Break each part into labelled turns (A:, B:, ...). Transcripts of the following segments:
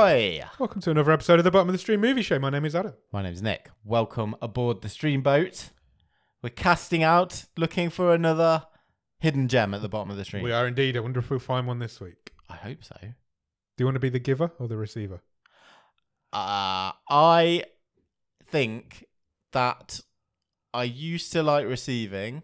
A: Welcome to another episode of the Bottom of the Stream Movie Show. My name is Adam.
B: My name's Nick. Welcome aboard the Streamboat. We're casting out, looking for another hidden gem at the bottom of the stream.
A: We are indeed. I wonder if we'll find one this week.
B: I hope so.
A: Do you want to be the giver or the receiver?
B: Uh, I think that I used to like receiving,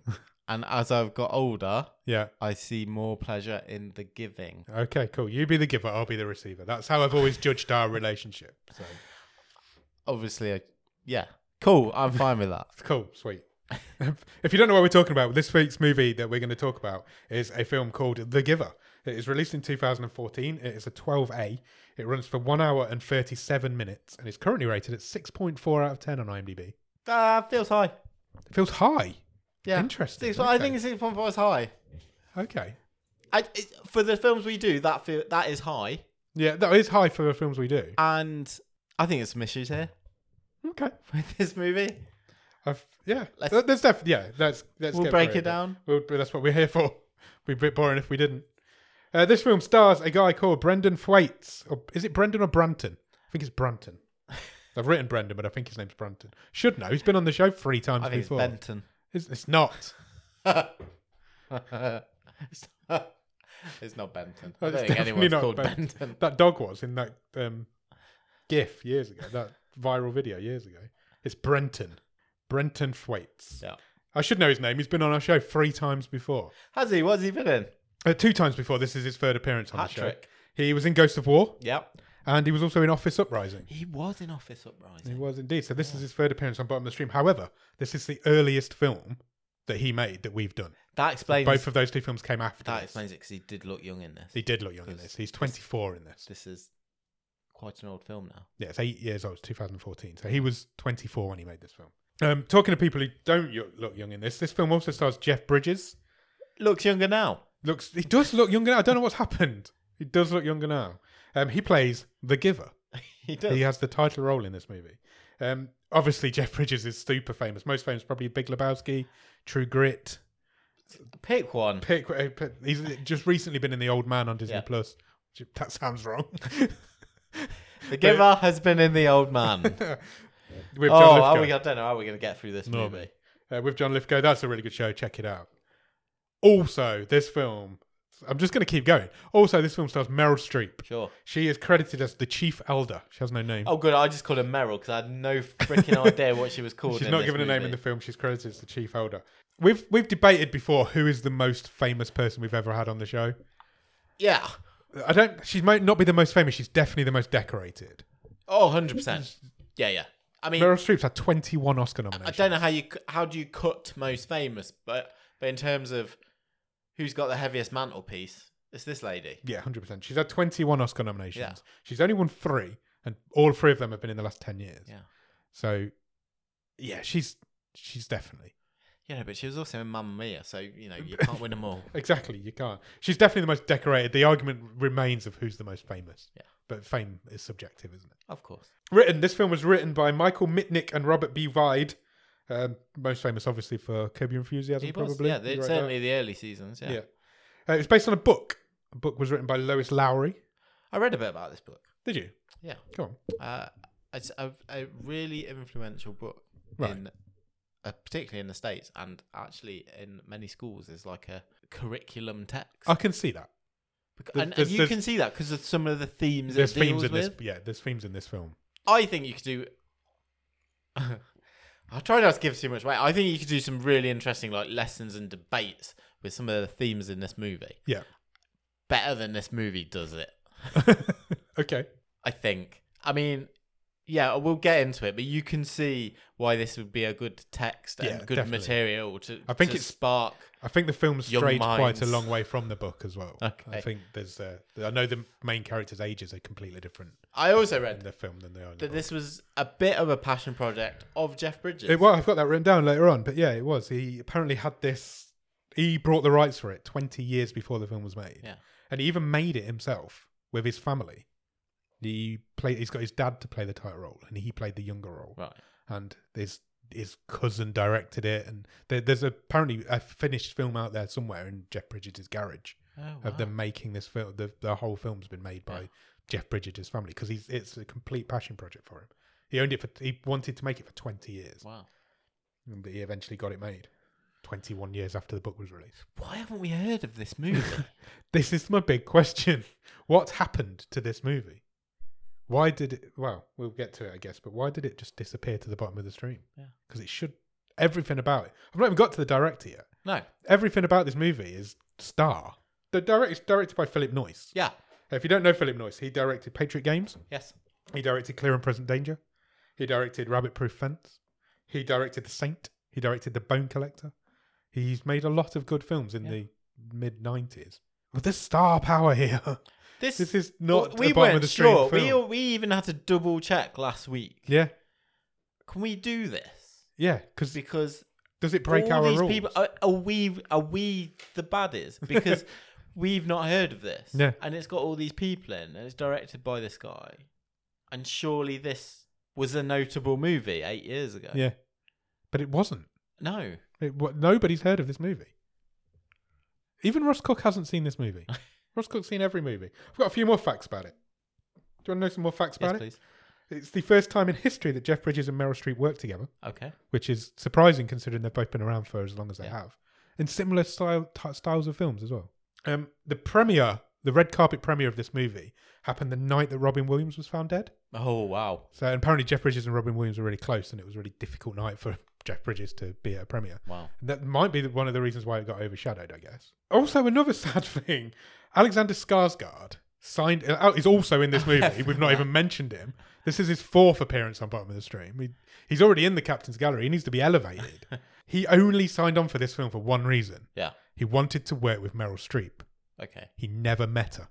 B: and as I've got older,
A: Yeah.
B: I see more pleasure in the giving.
A: Okay, cool. You be the giver, I'll be the receiver. That's how I've always judged our relationship. So
B: Obviously, I, yeah, cool. I'm fine with that.
A: it's cool, sweet. if you don't know what we're talking about, this week's movie that we're going to talk about is a film called The Giver. It is released in 2014. It is a 12A. It runs for 1 hour and 37 minutes and is currently rated at 6.4 out of 10 on IMDb.
B: Uh, feels high.
A: It feels high.
B: Yeah,
A: Interesting.
B: Six- I
A: Okay.
B: think six point four is high.
A: Okay.
B: I, it, for the films we do, that feel, that is high.
A: Yeah, that is high for the films we do.
B: and I think there's some issues here
A: Okay.
B: with this movie.
A: I've, yeah,
B: Let's-
A: Th- there's definitely yeah. Let's let's
B: We'll
A: get
B: break
A: through
B: it down.
A: We'll, that's what we're here for. Be a bit boring if we didn't. Uh, this film stars a guy called Brendan Thwaites, or is it Brendan or Branton? I think it's Branton. I've written Brendan, but I think his name's Branton. Should know. He's been on the show three times
B: I think it's
A: before.
B: Benton.
A: It's, it's not.
B: it's, not, it's not Benton. I
A: It's
B: don't think
A: definitely
B: anyone's
A: not
B: called
A: Benton.
B: Benton.
A: That dog was in that um, GIF years ago. That viral video years ago. It's Brenton. Brenton Thwaites.
B: Yeah.
A: I should know his name. He's been on our show three times before.
B: Has he? What's he been in?
A: Uh, two times before. This is his third appearance on
B: Hat
A: the show.
B: trick.
A: He was in Ghost of War,
B: Yep.
A: and he was also in Office Uprising.
B: He was in Office
A: He
B: Uprising.
A: was indeed. So this is his third appearance on Bottom of the Stream. However, this is the earliest film that he made that we've done.
B: That explains.
A: Both of those two films came after.
B: that
A: this.
B: explains it because he did look young in this.
A: He did look young in this. He's 24 in this.
B: This is quite an old film now.
A: Yeah, it's eight years old. It's 2014. So he was 24 when he made this film. Um, talking to people who don't yo- look young in this, this film also stars Jeff Bridges.
B: Looks younger now.
A: Looks he does look younger now. I don't know what's happened. He does look younger now. Um, he plays the giver.
B: He does.
A: He has the title role in this movie. Um, obviously, Jeff Bridges is super famous. Most famous, probably Big Lebowski, True Grit.
B: Pick one.
A: Pick, uh, pick- he's just recently been in The Old Man on Disney
B: Yeah.
A: Plus. That sounds wrong.
B: The giver has been in the old man.
A: with
B: oh,
A: John
B: are
A: Lithgow.
B: we, I don't know how we're going to get through this
A: No,
B: movie.
A: Uh, with John Lithgow, that's a really good show. Check it out. Also, this film. I'm just going to keep going. Also, this film stars Meryl Streep.
B: Sure.
A: She is credited as the chief elder. She has no name.
B: Oh, good. I just called her Meryl because I had no freaking idea what she was called.
A: She's
B: in
A: not
B: this
A: given a name in
B: movie.
A: the film. She's credited as the chief elder. We've we've debated before who is the most famous person we've ever had on the show.
B: Yeah.
A: I don't. She might not be the most famous. She's definitely the most decorated.
B: Oh, 100%. Yeah, yeah. I mean,
A: Meryl Streep's had twenty-one Oscar
B: I
A: nominations.
B: don't know how you cu- how do you cut most famous, but but in terms of who's got the heaviest mantelpiece, it's this lady.
A: yeah, hundred percent. She's had twenty-one Oscar nominations.
B: Yeah.
A: She's only won three, and all three of them have been in the last ten years.
B: Yeah.
A: So, yeah, she's she's definitely
B: Yeah, but she was also in Mamma Mia, so you know you can't win them all.
A: exactly. You can't. She's definitely the most decorated. The argument remains of who's the most famous.
B: Yeah.
A: But fame is subjective, isn't it?
B: Of course.
A: Written. This film was written by Michael Mitnick and Robert B. Vide, um, most famous obviously for Curb Your Enthusiasm,
B: He was,
A: probably.
B: yeah,
A: He
B: the,
A: wrote
B: certainly the early seasons.
A: that.
B: Yeah.
A: yeah. Uh, it's based on a book. A book was written by Lois Lowry.
B: I read a bit about this book.
A: Did you?
B: Yeah,
A: Go on.
B: uh, it's a, a really influential book
A: Right.
B: in, uh, particularly in the states, and actually in many schools is like a curriculum text.
A: I can see that.
B: Bec-
A: There's-
B: and, and
A: there's-
B: you
A: there's-
B: can see that because of some of the themes
A: There's
B: it deals
A: themes in
B: with.
A: this. Yeah, there's themes in this film.
B: I think you could do. I try not to give too much away. I think you could do some really interesting like lessons and debates with some of the themes in this movie.
A: Yeah.
B: Better than this movie does it,
A: okay.
B: I think. I mean, yeah, we'll get into it, but you can see why this would be a good text and
A: Yeah,
B: good
A: definitely.
B: material to.
A: I think
B: to
A: it's-
B: spark.
A: I think the film
B: Young
A: strayed quite
B: minds.
A: a long way from the book as well. I
B: Okay.
A: think there's. Uh, I know the main characters' ages are completely different
B: I also
A: in
B: read
A: the film than they are. In the
B: that
A: book.
B: this was a bit of a passion project of Jeff Bridges.
A: It, well, I've got that written down later on, but yeah, it was. He apparently had this. He brought the rights for it 20 years before the film was made.
B: Yeah.
A: And he even made it himself with his family. He played. He's got his dad to play the title role, and he played the younger role.
B: Right.
A: And his his cousin directed it, and there, there's apparently a finished film out there somewhere in Jeff Bridges' garage
B: Oh,
A: of them making this film. The, the whole film's been made by Jeff Bridges' family because he's it's a complete passion project for him. He owned it for he wanted to make it for twenty years,
B: Wow.
A: and he eventually got it made. Twenty one years after the book was released.
B: Why haven't we heard of this movie?
A: This is my big question: What happened to this movie? Why did it? Well, we'll get to it, I guess. But why did it just disappear to the bottom of the stream?
B: Yeah.
A: because it should. Everything about it. I've not even got to the director yet.
B: no.
A: Everything about this movie is star. The director is directed by Philip Noyce.
B: Yeah.
A: If you don't know Philip Noyce, he directed Patriot Games.
B: Yes.
A: He directed Clear and Present Danger. He directed Rabbit Proof Fence. He directed The Saint. He directed The Bone Collector. He's made a lot of good films in
B: Yeah.
A: the mid 90s. But there's star power here.
B: This,
A: this is not
B: we
A: a bottom
B: weren't
A: of the stream
B: sure.
A: film.
B: We we even had to double check last week.
A: yeah,
B: Can we do this?
A: yeah. Because
B: Because
A: does it break
B: all
A: our
B: these
A: rules?
B: people are, are we are we the baddies because we've not heard of this.
A: Yeah.
B: And it's got all these people in, and it's directed by this guy. And surely this was a notable movie eight years ago.
A: yeah, but it wasn't.
B: No.
A: It, what, nobody's heard of this movie. Even Russ Cook hasn't seen this movie. Russ Cook's seen every movie. I've got a few more facts about it. Do you want to know some more facts about
B: Yes,
A: it?
B: please.
A: It's the first time in history that Jeff Bridges and Meryl Streep worked together,
B: Okay.
A: which is surprising considering they've both been around for as long as they
B: Yeah.
A: have, and similar style, ty styles of films as well. Um, the premiere, the red carpet premiere of this movie, happened the night that Robin Williams was found dead.
B: Oh wow.
A: So and apparently, Jeff Bridges and Robin Williams were really close, and it was a really difficult night for Jeff Bridges to be at a premiere.
B: Wow.
A: That might be one of the reasons why it got overshadowed, I guess. Also, another sad thing: Alexander Skarsgård signed uh, is also in this movie. We've not even mentioned him. This is his fourth appearance on Bottom of the Stream. He, he's already in the captain's gallery. He needs to be elevated. he only signed on for this film for one reason:
B: Yeah.
A: he wanted to work with Meryl Streep.
B: Okay.
A: He never met her.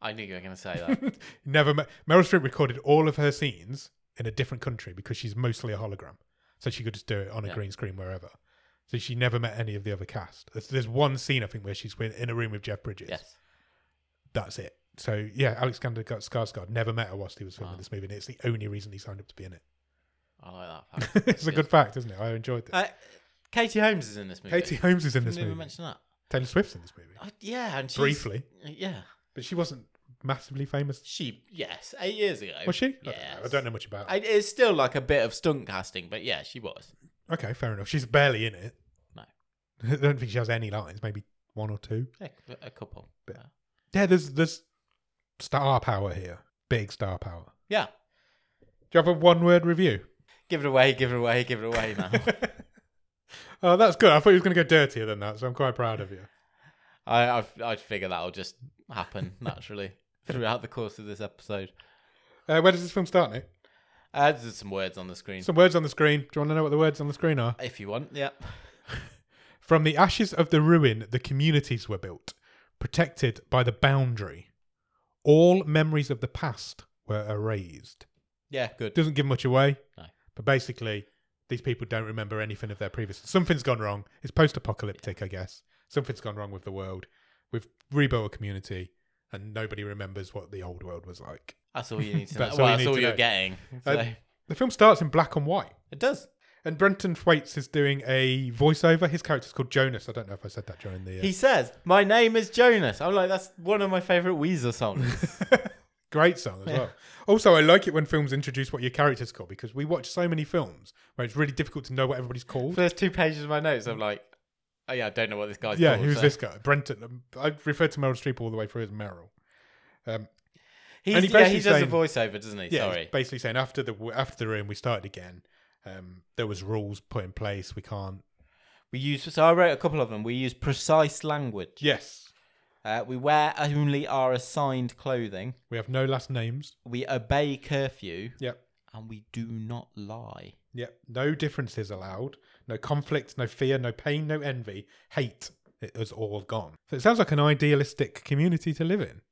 B: I knew you were going to say that.
A: Never met Meryl Streep recorded all of her scenes in a different country because she's mostly a hologram, so she could just do it on a
B: Yeah.
A: green screen wherever. So she never met any of the other cast. There's, there's one scene I think where she's in a room with Jeff Bridges.
B: yes.
A: That's it. So yeah, Alexander Sk- Skarsgård never met her whilst he was filming
B: Wow.
A: this movie, and it's the only reason he signed up to be in it.
B: I like that. Fact.
A: it's a good fact, isn't it? I enjoyed it.
B: Uh, Katie Holmes is in this movie.
A: Katie Holmes is in this
B: Didn't
A: movie.
B: even mention that.
A: Taylor Swift's in this movie
B: I, yeah, and Oh, she's,
A: briefly,
B: Yeah,
A: but she wasn't massively famous,
B: she yes, eight years ago.
A: was she? I don't know.
B: Yes.
A: I don't know much about. her.
B: I, it's still like a bit of stunt casting, but yeah, she was.
A: Okay, fair enough. She's barely in it.
B: No.
A: I don't think she has any lines, maybe one or two.
B: Yeah, a couple.
A: Bit.
B: Yeah.
A: Yeah, there's there's star power here. Big star power.
B: Yeah.
A: Do you have a one word review?
B: Give it away, give it away, give it away now.
A: oh, that's good. I thought he was gonna go dirtier than that, so I'm quite proud of you.
B: I I've, I'd figure that'll just happen naturally throughout the course of this episode.
A: Uh, where does this film start, Nick?
B: Uh, there's some words on the screen
A: Some words on the screen. Do you want to know what the words on the screen are?
B: if you want. Yeah.
A: From the ashes of the ruin, the communities were built, protected by the boundary. All memories of the past were erased.
B: Yeah. Good.
A: doesn't give much away.
B: No.
A: But basically, these people don't remember anything of their previous. Something's gone wrong. It's post-apocalyptic, I guess. Something's gone wrong with the world. We've rebuilt a community, and nobody remembers what the old world was like.
B: That's all you need to know.
A: That's all
B: well,
A: you
B: that's
A: need
B: all
A: to
B: you're
A: know.
B: getting. So
A: Uh, The film starts in black and white,
B: it does.
A: and Brenton Thwaites is doing a voiceover. His character's called Jonas. I don't know if I said that during the. Uh,
B: He says, "My name is Jonas." I'm like, that's one of my favorite Weezer songs.
A: Great song as well. Also, I like it when films introduce what your character's called because we watch so many films where it's really difficult to know what everybody's called.
B: First two pages of my notes, I'm like, "Oh yeah, I don't know what this guy's
A: Yeah,
B: called."
A: who's
B: so-
A: this guy? Brenton. Um, I refer to Meryl Streep all the way through as Meryl. Um,
B: He's,
A: And he
B: yeah, he does
A: basically
B: a voiceover, doesn't he?
A: yeah, it's
B: Sorry.
A: basically saying after the after the room we started again. Um, there was rules put in place. We can't.
B: We use so I wrote a couple of them. We use precise language.
A: Yes,
B: Uh, we wear only our assigned clothing.
A: we have no last names.
B: We obey curfew,
A: Yep,
B: and we do not lie.
A: yep. No differences allowed. No conflict. No fear. No pain. No envy. Hate. It was all gone. So it sounds like an idealistic community to live in.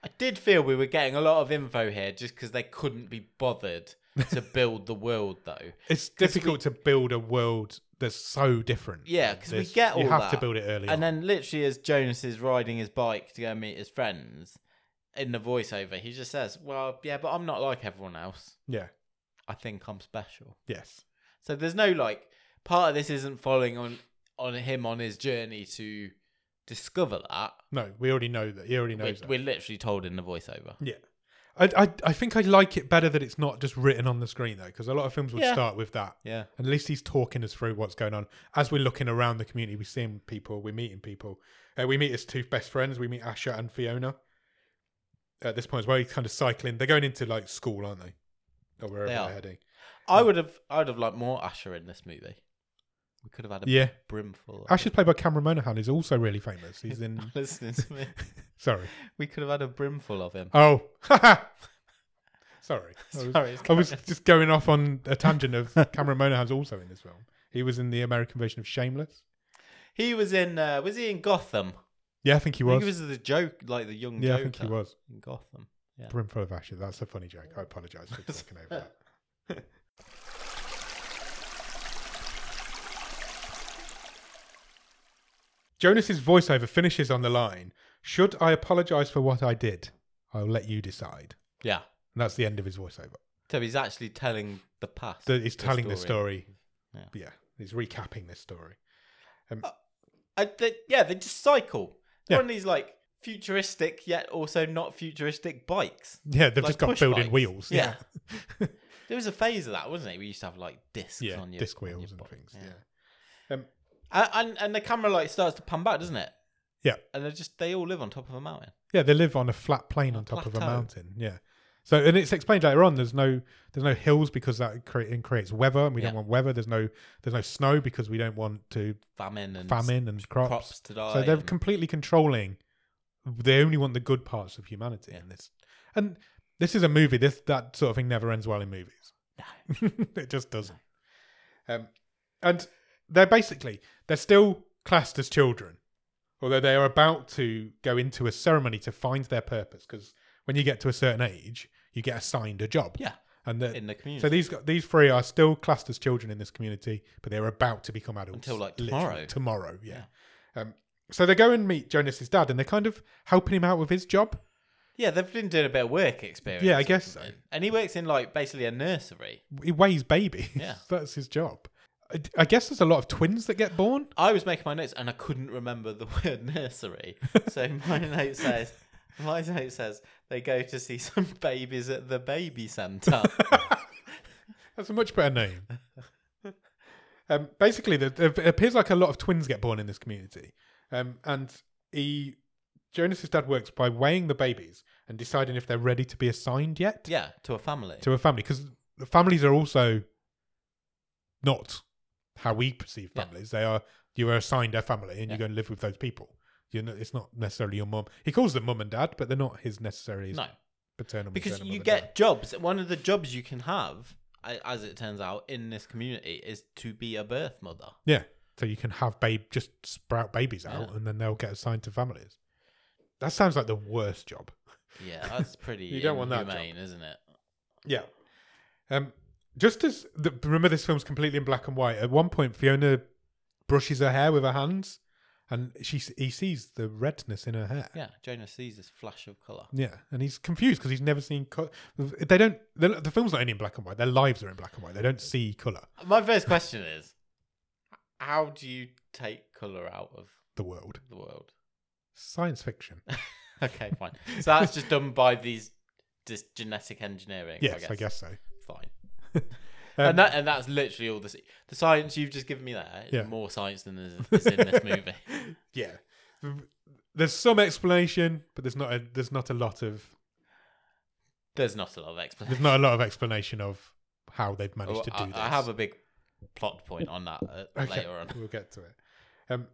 B: I did feel we were getting a lot of info here, just because they couldn't be bothered to build the world, though.
A: It's difficult to build a world that's so different.
B: Yeah, because we
A: There's-
B: get all
A: you have to
B: that.
A: build it early. on.
B: And then, literally, as Jonas is riding his bike to go meet his friends, in the voiceover, he just says, "Well, yeah, but I'm not like everyone else.
A: yeah,
B: I think I'm special."
A: yes.
B: So there's no like part of this isn't following on on him on his journey to discover that.
A: No, we already know that. He already knows
B: We're,
A: that.
B: we're literally told in the voiceover.
A: Yeah. I, I, I think I like it better that it's not just written on the screen though, because a lot of films would
B: Yeah.
A: start with that.
B: Yeah.
A: At least he's talking us through what's going on as we're looking around the community. We're seeing people, we're meeting people. Uh, we meet his two best friends. We meet Asha and Fiona. At this point as well, he's kind of cycling. They're going into like school, aren't they? Or wherever
B: They
A: they are
B: are.
A: heading.
B: I would have I would have liked more Usher in this movie. We could have had a
A: Yeah,
B: brimful. of-
A: Asha's played by Cameron Monaghan. He's also really famous. He's in.
B: listening to me.
A: Sorry.
B: We could have had a brimful of him.
A: Oh, sorry. I was,
B: Sorry, it's
A: I was just going off on a tangent of Cameron Monaghan's also in this film. He was in the American version of Shameless.
B: He was in. Uh, was he in Gotham?
A: Yeah, I think he
B: I
A: was.
B: think he was the joke, like the young
A: yeah,
B: Joker
A: I think he was.
B: in Gotham. Yeah.
A: Brimful of Ashes. That's a funny joke. I apologise for talking over that. Jonas's voiceover finishes on the line Should I apologise for what I did? I'll let you decide.
B: Yeah.
A: And that's the end of his voiceover.
B: So he's actually telling the past.
A: So he's telling the story.
B: Yeah.
A: Yeah. he's recapping this story.
B: I, they, yeah, they just cycle. They're
A: Yeah.
B: on these like futuristic yet also not futuristic bikes.
A: Yeah, they've
B: Like
A: just got
B: push
A: built in
B: bikes.
A: wheels.
B: Yeah. There was a phase of that, wasn't it? We used to have like discs
A: yeah,
B: on your
A: disc
B: on your
A: wheels and
B: bike.
A: things.
B: Yeah.
A: yeah.
B: And, and and the camera like starts to pan back, doesn't it?
A: Yeah.
B: And they just they all live on top of a mountain.
A: Yeah, they live on a flat plain on top of a
B: plateau.
A: mountain. Yeah. So and it's explained later on. There's no there's no hills because that cre- creates weather, and we don't
B: Yeah.
A: want weather. There's no there's no snow because we don't want to
B: Famine and
A: famine and
B: crops,
A: crops.
B: to die.
A: so they're
B: and-
A: completely controlling. They only want the good parts of humanity
B: Yeah.
A: in this. And this is a movie. This that sort of thing never ends well in movies. it just doesn't. Um, and they're basically they're still classed as children, although they are about to go into a ceremony to find their purpose. Because when you get to a certain age, you get assigned a job.
B: Yeah.
A: and the,
B: in the community
A: so these these three are still classed as children in this community, but they're about to become adults
B: Until, like,
A: literally
B: tomorrow.
A: Tomorrow, yeah. Um, so they go and meet Jonas's dad, and they're kind of helping him out with his job.
B: yeah, they've been doing a bit of work experience.
A: Yeah, I guess
B: haven't they? And he works in like basically a nursery.
A: He weighs babies.
B: Yeah.
A: that's his job. I, I guess there's a lot of twins that get born.
B: I was making my notes and I couldn't remember the word nursery. So my note says, my note says they go to see some babies at the baby centre.
A: That's a much better name. um, basically, there, there appears like a lot of twins get born in this community, um, and he Jonas's dad works by weighing the babies and deciding if they're ready to be assigned yet.
B: yeah, to a family.
A: to a family because families are also not how we perceive
B: Yeah.
A: families. They are you are assigned a family and
B: Yeah.
A: you go and live with those people. You know, it's not necessarily your mum. He calls them mum and dad, but they're not his necessarily his
B: no,
A: paternal.
B: because
A: maternal mum
B: you
A: and
B: get
A: dad.
B: jobs. One of the jobs you can have, a- as it turns out, in this community is to be a birth mother.
A: yeah, so you can have babe just sprout babies out,
B: Yeah.
A: and then they'll get assigned to families. That sounds like the worst job.
B: Yeah, that's pretty
A: You don't want that
B: inhumane, isn't it?
A: Yeah. Um, just as the, remember, this film's completely in black and white. At one point, Fiona brushes her hair with her hands, and she he sees the redness in her hair.
B: Yeah, Jonah sees this flash of colour.
A: Yeah, and he's confused because he's never seen. Co- they don't. The, the film's not only in black and white. Their lives are in black and white. They don't see color.
B: My first question is, how do you take colour out of
A: The world,
B: the world?
A: science fiction.
B: Okay, fine. So that's just done by these this genetic engineering.
A: Yes, I guess, so.
B: Fine.
A: Um,
B: and that and that's literally all the s- the science you've just given me there is
A: Yeah.
B: more science than is, is in this movie.
A: yeah, there's some explanation, but there's not. A, there's not a lot of.
B: There's not a lot of explanation.
A: There's not a lot of explanation of how they've managed to do
B: Oh, I,
A: this.
B: I have a big plot point on that uh,
A: Okay,
B: later on.
A: We'll get to it. Um,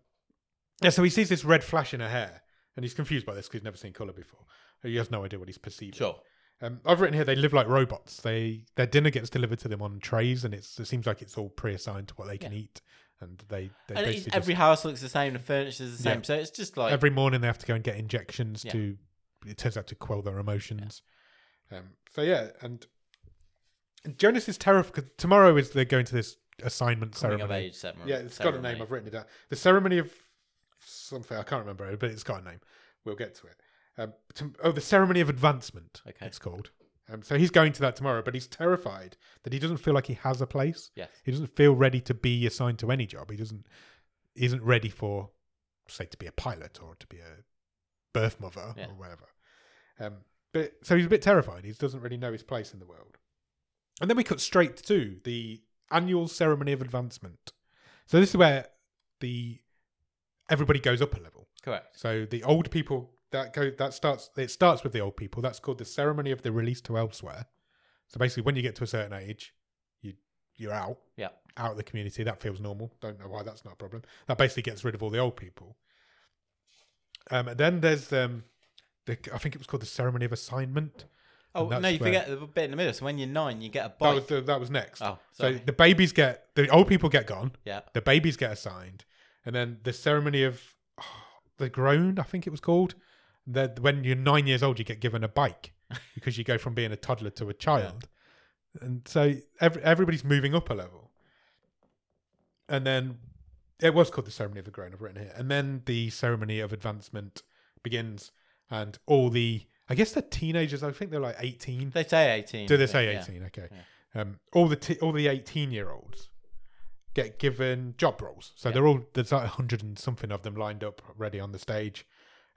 A: yeah, so he sees this red flash in her hair, and he's confused by this because he's never seen color before. He has no idea what he's perceiving.
B: Sure.
A: Um, I've written here they live like robots. They their dinner gets delivered to them on trays, and it's it seems like it's all pre-assigned to what they can
B: Yeah.
A: eat, and they they
B: And it-
A: basically every,
B: every house looks the same. The furniture's the same.
A: Yeah.
B: So it's just like
A: every morning they have to go and get injections
B: Yeah.
A: to. It turns out to quell their emotions. Um, so yeah, and Jonas is terrified. 'cause Tomorrow is they're going to this assignment
B: coming
A: ceremony.
B: of age ceremony.
A: Yeah, it's got a name.
B: ceremony.
A: I've written it down. The ceremony of something I can't remember, but it's got a name. We'll get to it. Um, to, oh, the ceremony of advancement.
B: Okay.
A: it's called. Um, so he's going to that tomorrow, but he's terrified that he doesn't feel like he has a place.
B: Yes.
A: He doesn't feel ready to be assigned to any job. He doesn't he isn't ready for, say, to be a pilot or to be a birth mother
B: Yeah.
A: or whatever. Um, But so he's a bit terrified. He doesn't really know his place in the world. And then we cut straight to the annual ceremony of advancement. So this is where the everybody goes up a level.
B: Correct.
A: So the old people that go that starts it starts with the old people. That's called the ceremony of the release to elsewhere. So basically, when you get to a certain age, you you're out.
B: Yeah.
A: Out of the community. That feels normal. Don't know why that's not a problem. That basically gets rid of all the old people. Um, and then there's um, the I think it was called the ceremony of assignment.
B: Oh
A: And that's
B: no, you
A: where-
B: forget the bit in the middle. So when you're nine, you get a
A: That
B: bike.
A: was the, that was next.
B: Oh,
A: so
B: sorry.
A: the babies get the old people get gone.
B: yeah.
A: The babies get assigned, and then the ceremony of the groan, I think it was called. That when you're nine years old, you get given a bike because you go from being a toddler to a child, and so every, everybody's moving up a level. And then it was called the ceremony of the groan. I've written here, and then the ceremony of advancement begins, and all the I guess they're teenagers. I think they're like eighteen.
B: They say 18.
A: Do they
B: I think,
A: say
B: yeah.
A: 18? Okay. Um, all the t- all the 18 year olds get given job roles. So they're all there's like 100 and something of them lined up ready on the stage.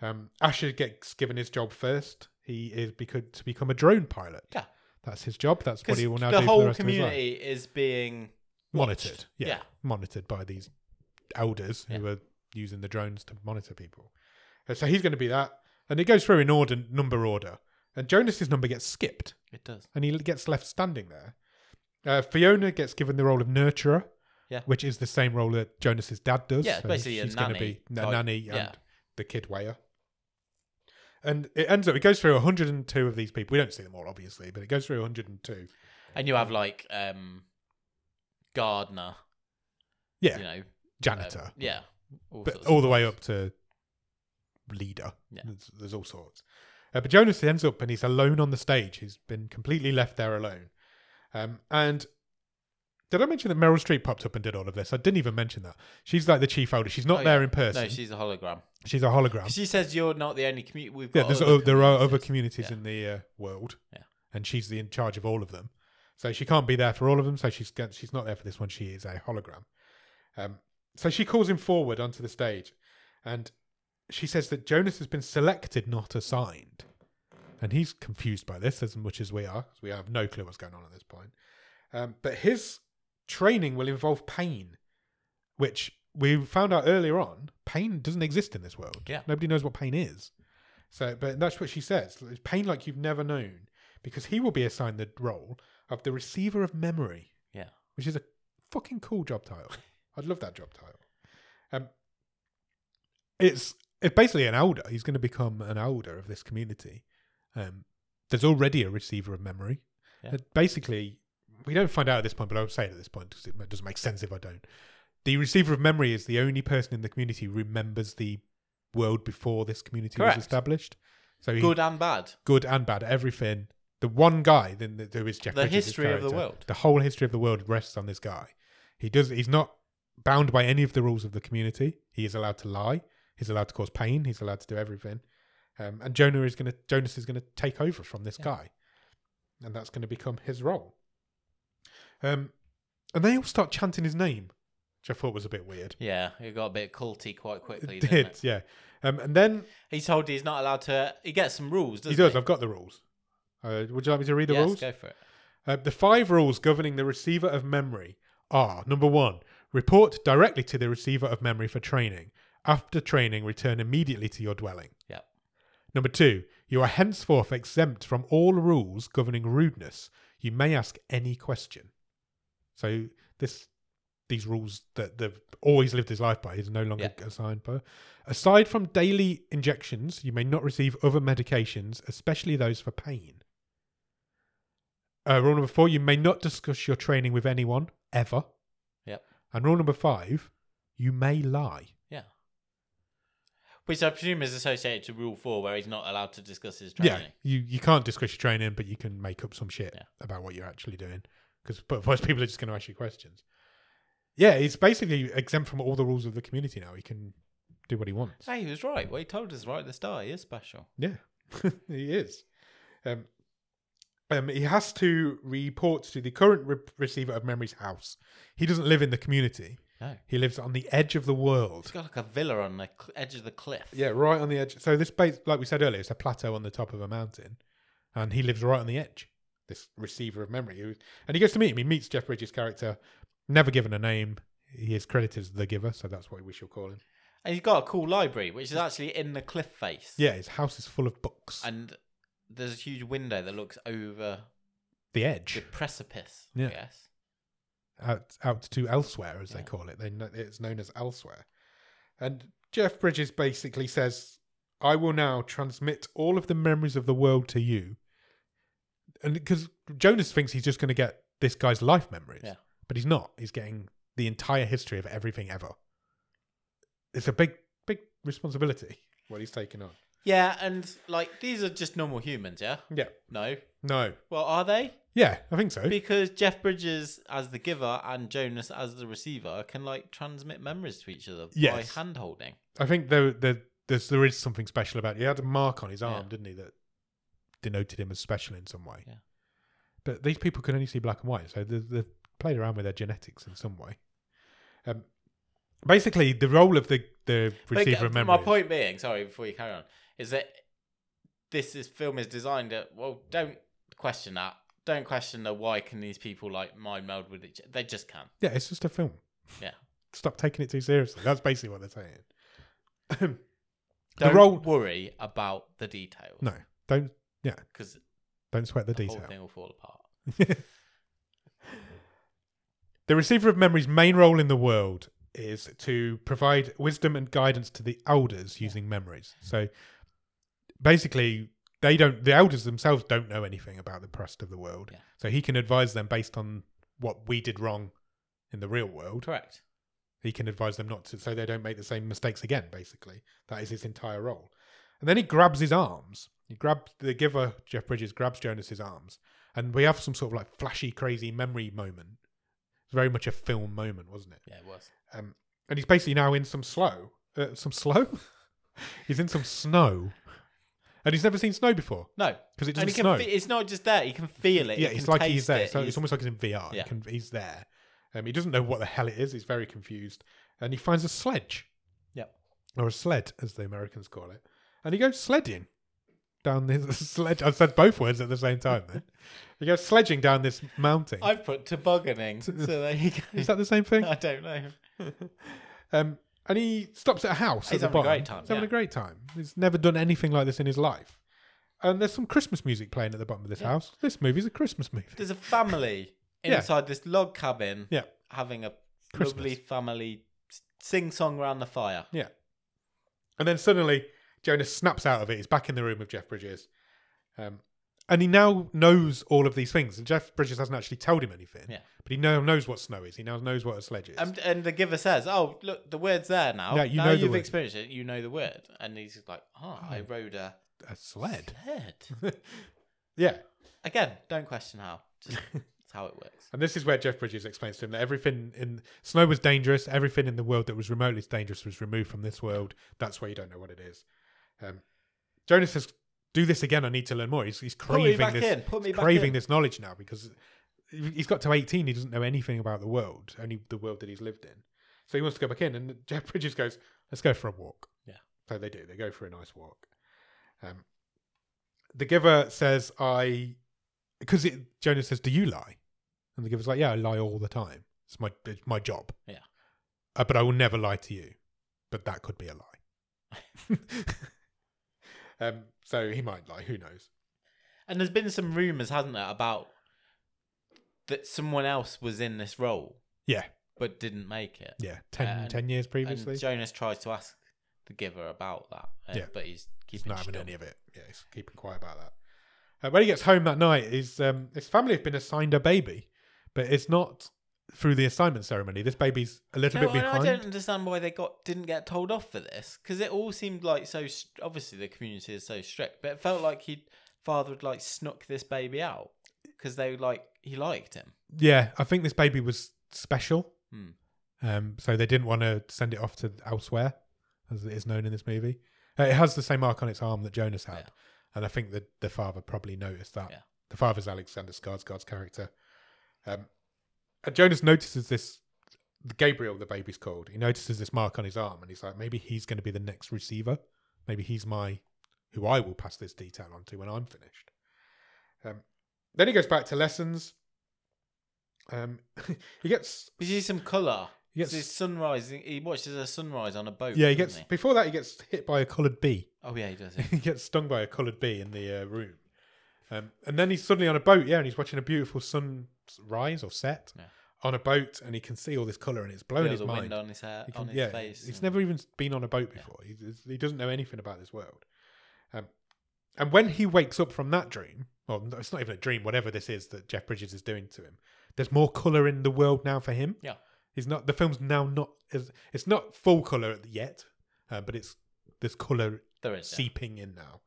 A: Um, Asher gets given his job first. He is because to become a drone pilot.
B: Yeah.
A: That's his job. That's what
B: Because
A: he will now
B: the
A: do for
B: whole
A: the rest of his life.
B: community is being
A: Monitored. Yeah.
B: Yeah.
A: Monitored by these elders who are using the drones to monitor people. Uh, so he's going to be that. And it goes through in order number order. And Jonas's number gets skipped
B: It does.
A: and he gets left standing there. Uh, Fiona gets given the role of nurturer,
B: Yeah.
A: which is the same role that Jonas's dad does.
B: Yeah, it's basically a
A: she's gonna
B: nanny
A: be a
B: type.
A: nanny and
B: Yeah.
A: the kid weigher. And it ends up it goes through 102 of these people. We don't see them all, obviously, but it goes through 102.
B: And you have like um gardener,
A: Yeah,
B: you know, um,
A: janitor,
B: yeah, all
A: but
B: sorts of
A: all the way
B: things.
A: up to leader.
B: Yeah.
A: There's, there's all sorts. Uh, but Jonas ends up and he's alone on the stage. He's been completely left there alone. Um, and did I mention that Meryl Streep popped up and did all of this? I didn't even mention that. She's like the chief elder. She's not
B: Oh,
A: there
B: yeah.
A: in person.
B: No, she's a hologram.
A: she's a hologram.
B: She says you're not the only community we've
A: yeah,
B: got.
A: there's
B: other
A: o- there are other
B: communities."
A: communities
B: Yeah.
A: in the uh, world.
B: Yeah.
A: And she's the, in charge of all of them. So she can't be there for all of them. So she's get- she's not there for this one. She is a hologram. Um, so she calls him forward onto the stage, and she says that Jonas has been selected, not assigned. And he's confused by this as much as we are, 'cause we have no clue what's going on at this point. Um, but his training will involve pain, which we found out earlier on. Pain doesn't exist in this world.
B: Yeah.
A: Nobody knows what pain is. So, but that's what she says. It's pain like you've never known, because he will be assigned the role of the receiver of memory.
B: Yeah.
A: Which is a fucking cool job title. I'd love that job title. Um, it's it's basically an elder. He's going to become an elder of this community. Um, there's already a receiver of memory.
B: Yeah.
A: Uh, basically, we don't find out at this point, but I'll say it at this point because it doesn't make sense if I don't. The receiver of memory is the only person in the community who remembers the world before this community
B: Correct.
A: was established. So he,
B: Good and bad.
A: good and bad, everything. The one guy then th- who is Jeff
B: The
A: Bridges'
B: history of the
A: character,
B: world.
A: The whole history of the world rests on this guy. He does. He's not bound by any of the rules of the community. He is allowed to lie. He's allowed to cause pain. He's allowed to do everything. Um, and Jonah is going to Jonas is going to take over from this
B: Yeah.
A: guy, and that's going to become his role. Um, and they all start chanting his name, which I thought was a bit weird.
B: Yeah, it got a bit culty quite quickly.
A: It
B: didn't
A: did,
B: it?
A: yeah. Um, and then
B: He's told he's not allowed to. He gets some rules, doesn't
A: he
B: he?
A: does. I've got the rules. Uh, would you like me to read the
B: yes,
A: rules?
B: go for it.
A: Uh, the five rules governing the receiver of memory are number one, report directly to the receiver of memory for training. After training, return immediately to your dwelling.
B: Yep.
A: Number two, you are henceforth exempt from all rules governing rudeness. You may ask any question. So this these rules that they've always lived his life by is no longer assigned by. Aside from daily injections, you may not receive other medications, especially those for pain. Uh, rule number four, you may not discuss your training with anyone ever.
B: Yep.
A: And rule number five, you may lie.
B: Yeah. Which I presume is associated to Rule Four, where he's not allowed to discuss his
A: Yeah,
B: training.
A: you, you can't discuss your training, but you can make up some shit
B: Yeah.
A: about what you're actually doing because otherwise people are just going to ask you questions. Yeah, he's basically exempt from all the rules of the community now. He can do what he wants.
B: Hey, he was right. Well, he told us right at the start. He is special.
A: Yeah, he is. Um, um, he has to report to the current re- receiver of memory's house. He doesn't live in the community.
B: No.
A: He lives on the edge of the world.
B: He's got like a villa on the cl- edge of the cliff.
A: Yeah, right on the edge. So this base, like we said earlier, it's a plateau on the top of a mountain, and he lives right on the edge. This receiver of memory, who- and he goes to meet him. He meets Jeff Bridges' character, never given a name. He is credited as the Giver, so that's what we shall call him.
B: And he's got a cool library, which is actually in the cliff face.
A: Yeah, his house is full of books.
B: And there's a huge window that looks over
A: the
B: the
A: Edge,
B: precipice,
A: Yeah.
B: I guess.
A: out out to elsewhere, as they
B: Yeah.
A: call it. They kn- it's known as elsewhere. And Jeff Bridges basically says, "I will now transmit all of the memories of the world to you." And because Jonas thinks he's just going to get this guy's life memories,
B: Yeah.
A: but he's not. He's getting the entire history of everything ever. It's a big, big responsibility what he's taking on.
B: Yeah, and like these are just normal humans, yeah?
A: Yeah.
B: No.
A: No.
B: Well, are they?
A: Yeah, I think so.
B: Because Jeff Bridges as the giver and Jonas as the receiver can like transmit memories to each other
A: Yes.
B: by hand holding.
A: I think there, there, there's, there is something special about it. He had a mark on his arm,
B: Yeah.
A: didn't he, that denoted him as special in some way.
B: Yeah.
A: But these people can only see black and white, so they've, they've played around with their genetics in some way. Um, basically, the role of the, the
B: But
A: receiver
B: again,
A: of memory.
B: My point being, sorry, before you carry on, is that this is, film is designed at well, don't question that. Don't question the why can these people like mind meld with each They just can.
A: Yeah, it's just a film.
B: Yeah.
A: Stop taking it too seriously. That's basically what they're saying. The
B: Don't
A: role-
B: worry about the details.
A: no, don't
B: Because
A: don't sweat the,
B: the whole
A: detail.
B: thing will fall apart.
A: The receiver of memory's main role in the world is to provide wisdom and guidance to the elders using memories. So basically, they don't. The elders themselves don't know anything about the rest of the world,
B: Yeah.
A: so he can advise them based on what we did wrong in the real world.
B: Correct.
A: He can advise them not to, so they don't make the same mistakes again. Basically, that is his entire role. And then he grabs his arms. He grabs the giver, Jeff Bridges, grabs Jonas's arms, and we have some sort of like flashy, crazy memory moment. It's very much a film moment, wasn't it?
B: Yeah, it was.
A: Um, and he's basically now in some slow, uh, some slow. he's in some snow, and he's never seen snow before
B: No.
A: because it
B: And
A: doesn't
B: he can
A: snow.
B: fe- it's not just there, he can feel it.
A: yeah,
B: he
A: it's
B: can
A: like he's
B: taste
A: there.
B: it,
A: So
B: he's-
A: it's almost like he's in VR. He
B: Yeah.
A: can, he's there. Um, he doesn't know what the hell it is. He's very confused, and he finds a sledge.
B: Yep.
A: or a sled, as the Americans call it, and he goes sledding down this sledge. I said both words at the same time. Then he goes sledging down this mountain.
B: I've put tobogganing. so there you go.
A: Is that the same thing?
B: I don't know.
A: Um, and he stops at a house.
B: He's
A: at the
B: having a
A: bottom.
B: great time,
A: He's having
B: yeah.
A: a great time. He's never done anything like this in his life. And there's some Christmas music playing at the bottom of this
B: Yeah.
A: house. This movie's a Christmas movie.
B: There's a family
A: Yeah.
B: inside this log cabin
A: Yeah.
B: having a
A: Christmas.
B: lovely family sing song around the fire.
A: Yeah. And then suddenly, Jonas snaps out of it. He's back in the room with Jeff Bridges. Um, and he now knows all of these things. And Jeff Bridges hasn't actually told him anything.
B: Yeah. Um,
A: But he now knows what snow is. He now knows what a sledge is.
B: And, and the giver says, "Oh, look, the word's there now.
A: Yeah, you
B: now
A: know the
B: you've
A: word."
B: experienced it. You know the word." And he's like, "Oh, I rode a
A: a sled.
B: sled."
A: Yeah.
B: Again, don't question how. Just, it's how it works.
A: And this is where Jeff Bridges explains to him that everything in snow was dangerous. Everything in the world that was remotely dangerous was removed from this world. That's why you don't know what it is. Um, Jonas says, "Do this again. I need to learn more." He's, he's
B: Put me
A: craving
B: back
A: this,
B: in. Put me back
A: craving
B: in.
A: this knowledge now because he's got to eighteen. He doesn't know anything about the world, only the world that he's lived in. So he wants to go back in. And Jeff Bridges goes, "Let's go for a walk."
B: Yeah.
A: So they do. They go for a nice walk. Um, the giver says, "I," because it, Jonas says, "Do you lie?" And the giver's like, "Yeah, I lie all the time. It's my it's my job.
B: Yeah.
A: uh, but I will never lie to you. But that could be a lie. um, so he might lie. Who knows?
B: And there's been some rumors, hasn't there, about that someone else was in this role
A: Yeah,
B: but didn't make it.
A: yeah. Ten,
B: And-
A: ten years previously,
B: And Jonas tries to ask the giver about that, uh,
A: Yeah.
B: but he's
A: he's
B: keeping
A: not having
B: still.
A: any of it. Yeah, he's keeping quiet about that. Uh, when he gets home that night, his um, his family have been assigned a baby, but it's not through the assignment ceremony. This baby's a little
B: No,
A: bit
B: and I
A: behind.
B: don't understand why they got didn't get told off for this because it all seemed like so. st- Obviously, the community is so strict, but it felt like he father had like snuck this baby out because they like he liked him.
A: Yeah, I think this baby was special.
B: Hmm.
A: Um, so they didn't want to send it off to elsewhere, as it is known in this movie. Uh, it has the same mark on its arm that Jonas had,
B: Yeah.
A: and I think that the father probably noticed that.
B: Yeah.
A: The father's Alexander Skarsgård's character. Um, and Jonas notices this. Gabriel, the baby's called. He notices this mark on his arm, and he's like, maybe he's going to be the next receiver. Maybe he's my, who I will pass this detail on to when I'm finished. Um, then he goes back to lessons. Um, he gets
B: We see some colour.
A: he
B: So it's
A: gets
B: sunrise. He watches a sunrise on a boat.
A: yeah he
B: doesn't
A: gets before that he gets hit by a coloured bee.
B: Oh yeah, he does. It.
A: he gets stung by a coloured bee in the uh, room, um, and then he's suddenly on a boat. Yeah, and he's watching a beautiful sunrise or set
B: Yeah.
A: on a boat, and he can see all this colour, and it's blowing
B: Blows
A: his
B: the
A: mind.
B: wind on his hair,
A: He
B: on
A: can-
B: his
A: yeah,
B: face.
A: He's
B: and-
A: never even been on a boat before. He, he doesn't know anything about this world. Um, and when he wakes up from that dream, well, no, it's not even a dream, whatever this is that Jeff Bridges is doing to him, there's more colour in the world now for him.
B: Yeah.
A: He's not, the film's now not, as it's not full colour yet, uh, but it's, there's colour
B: There is. yeah.
A: seeping in now.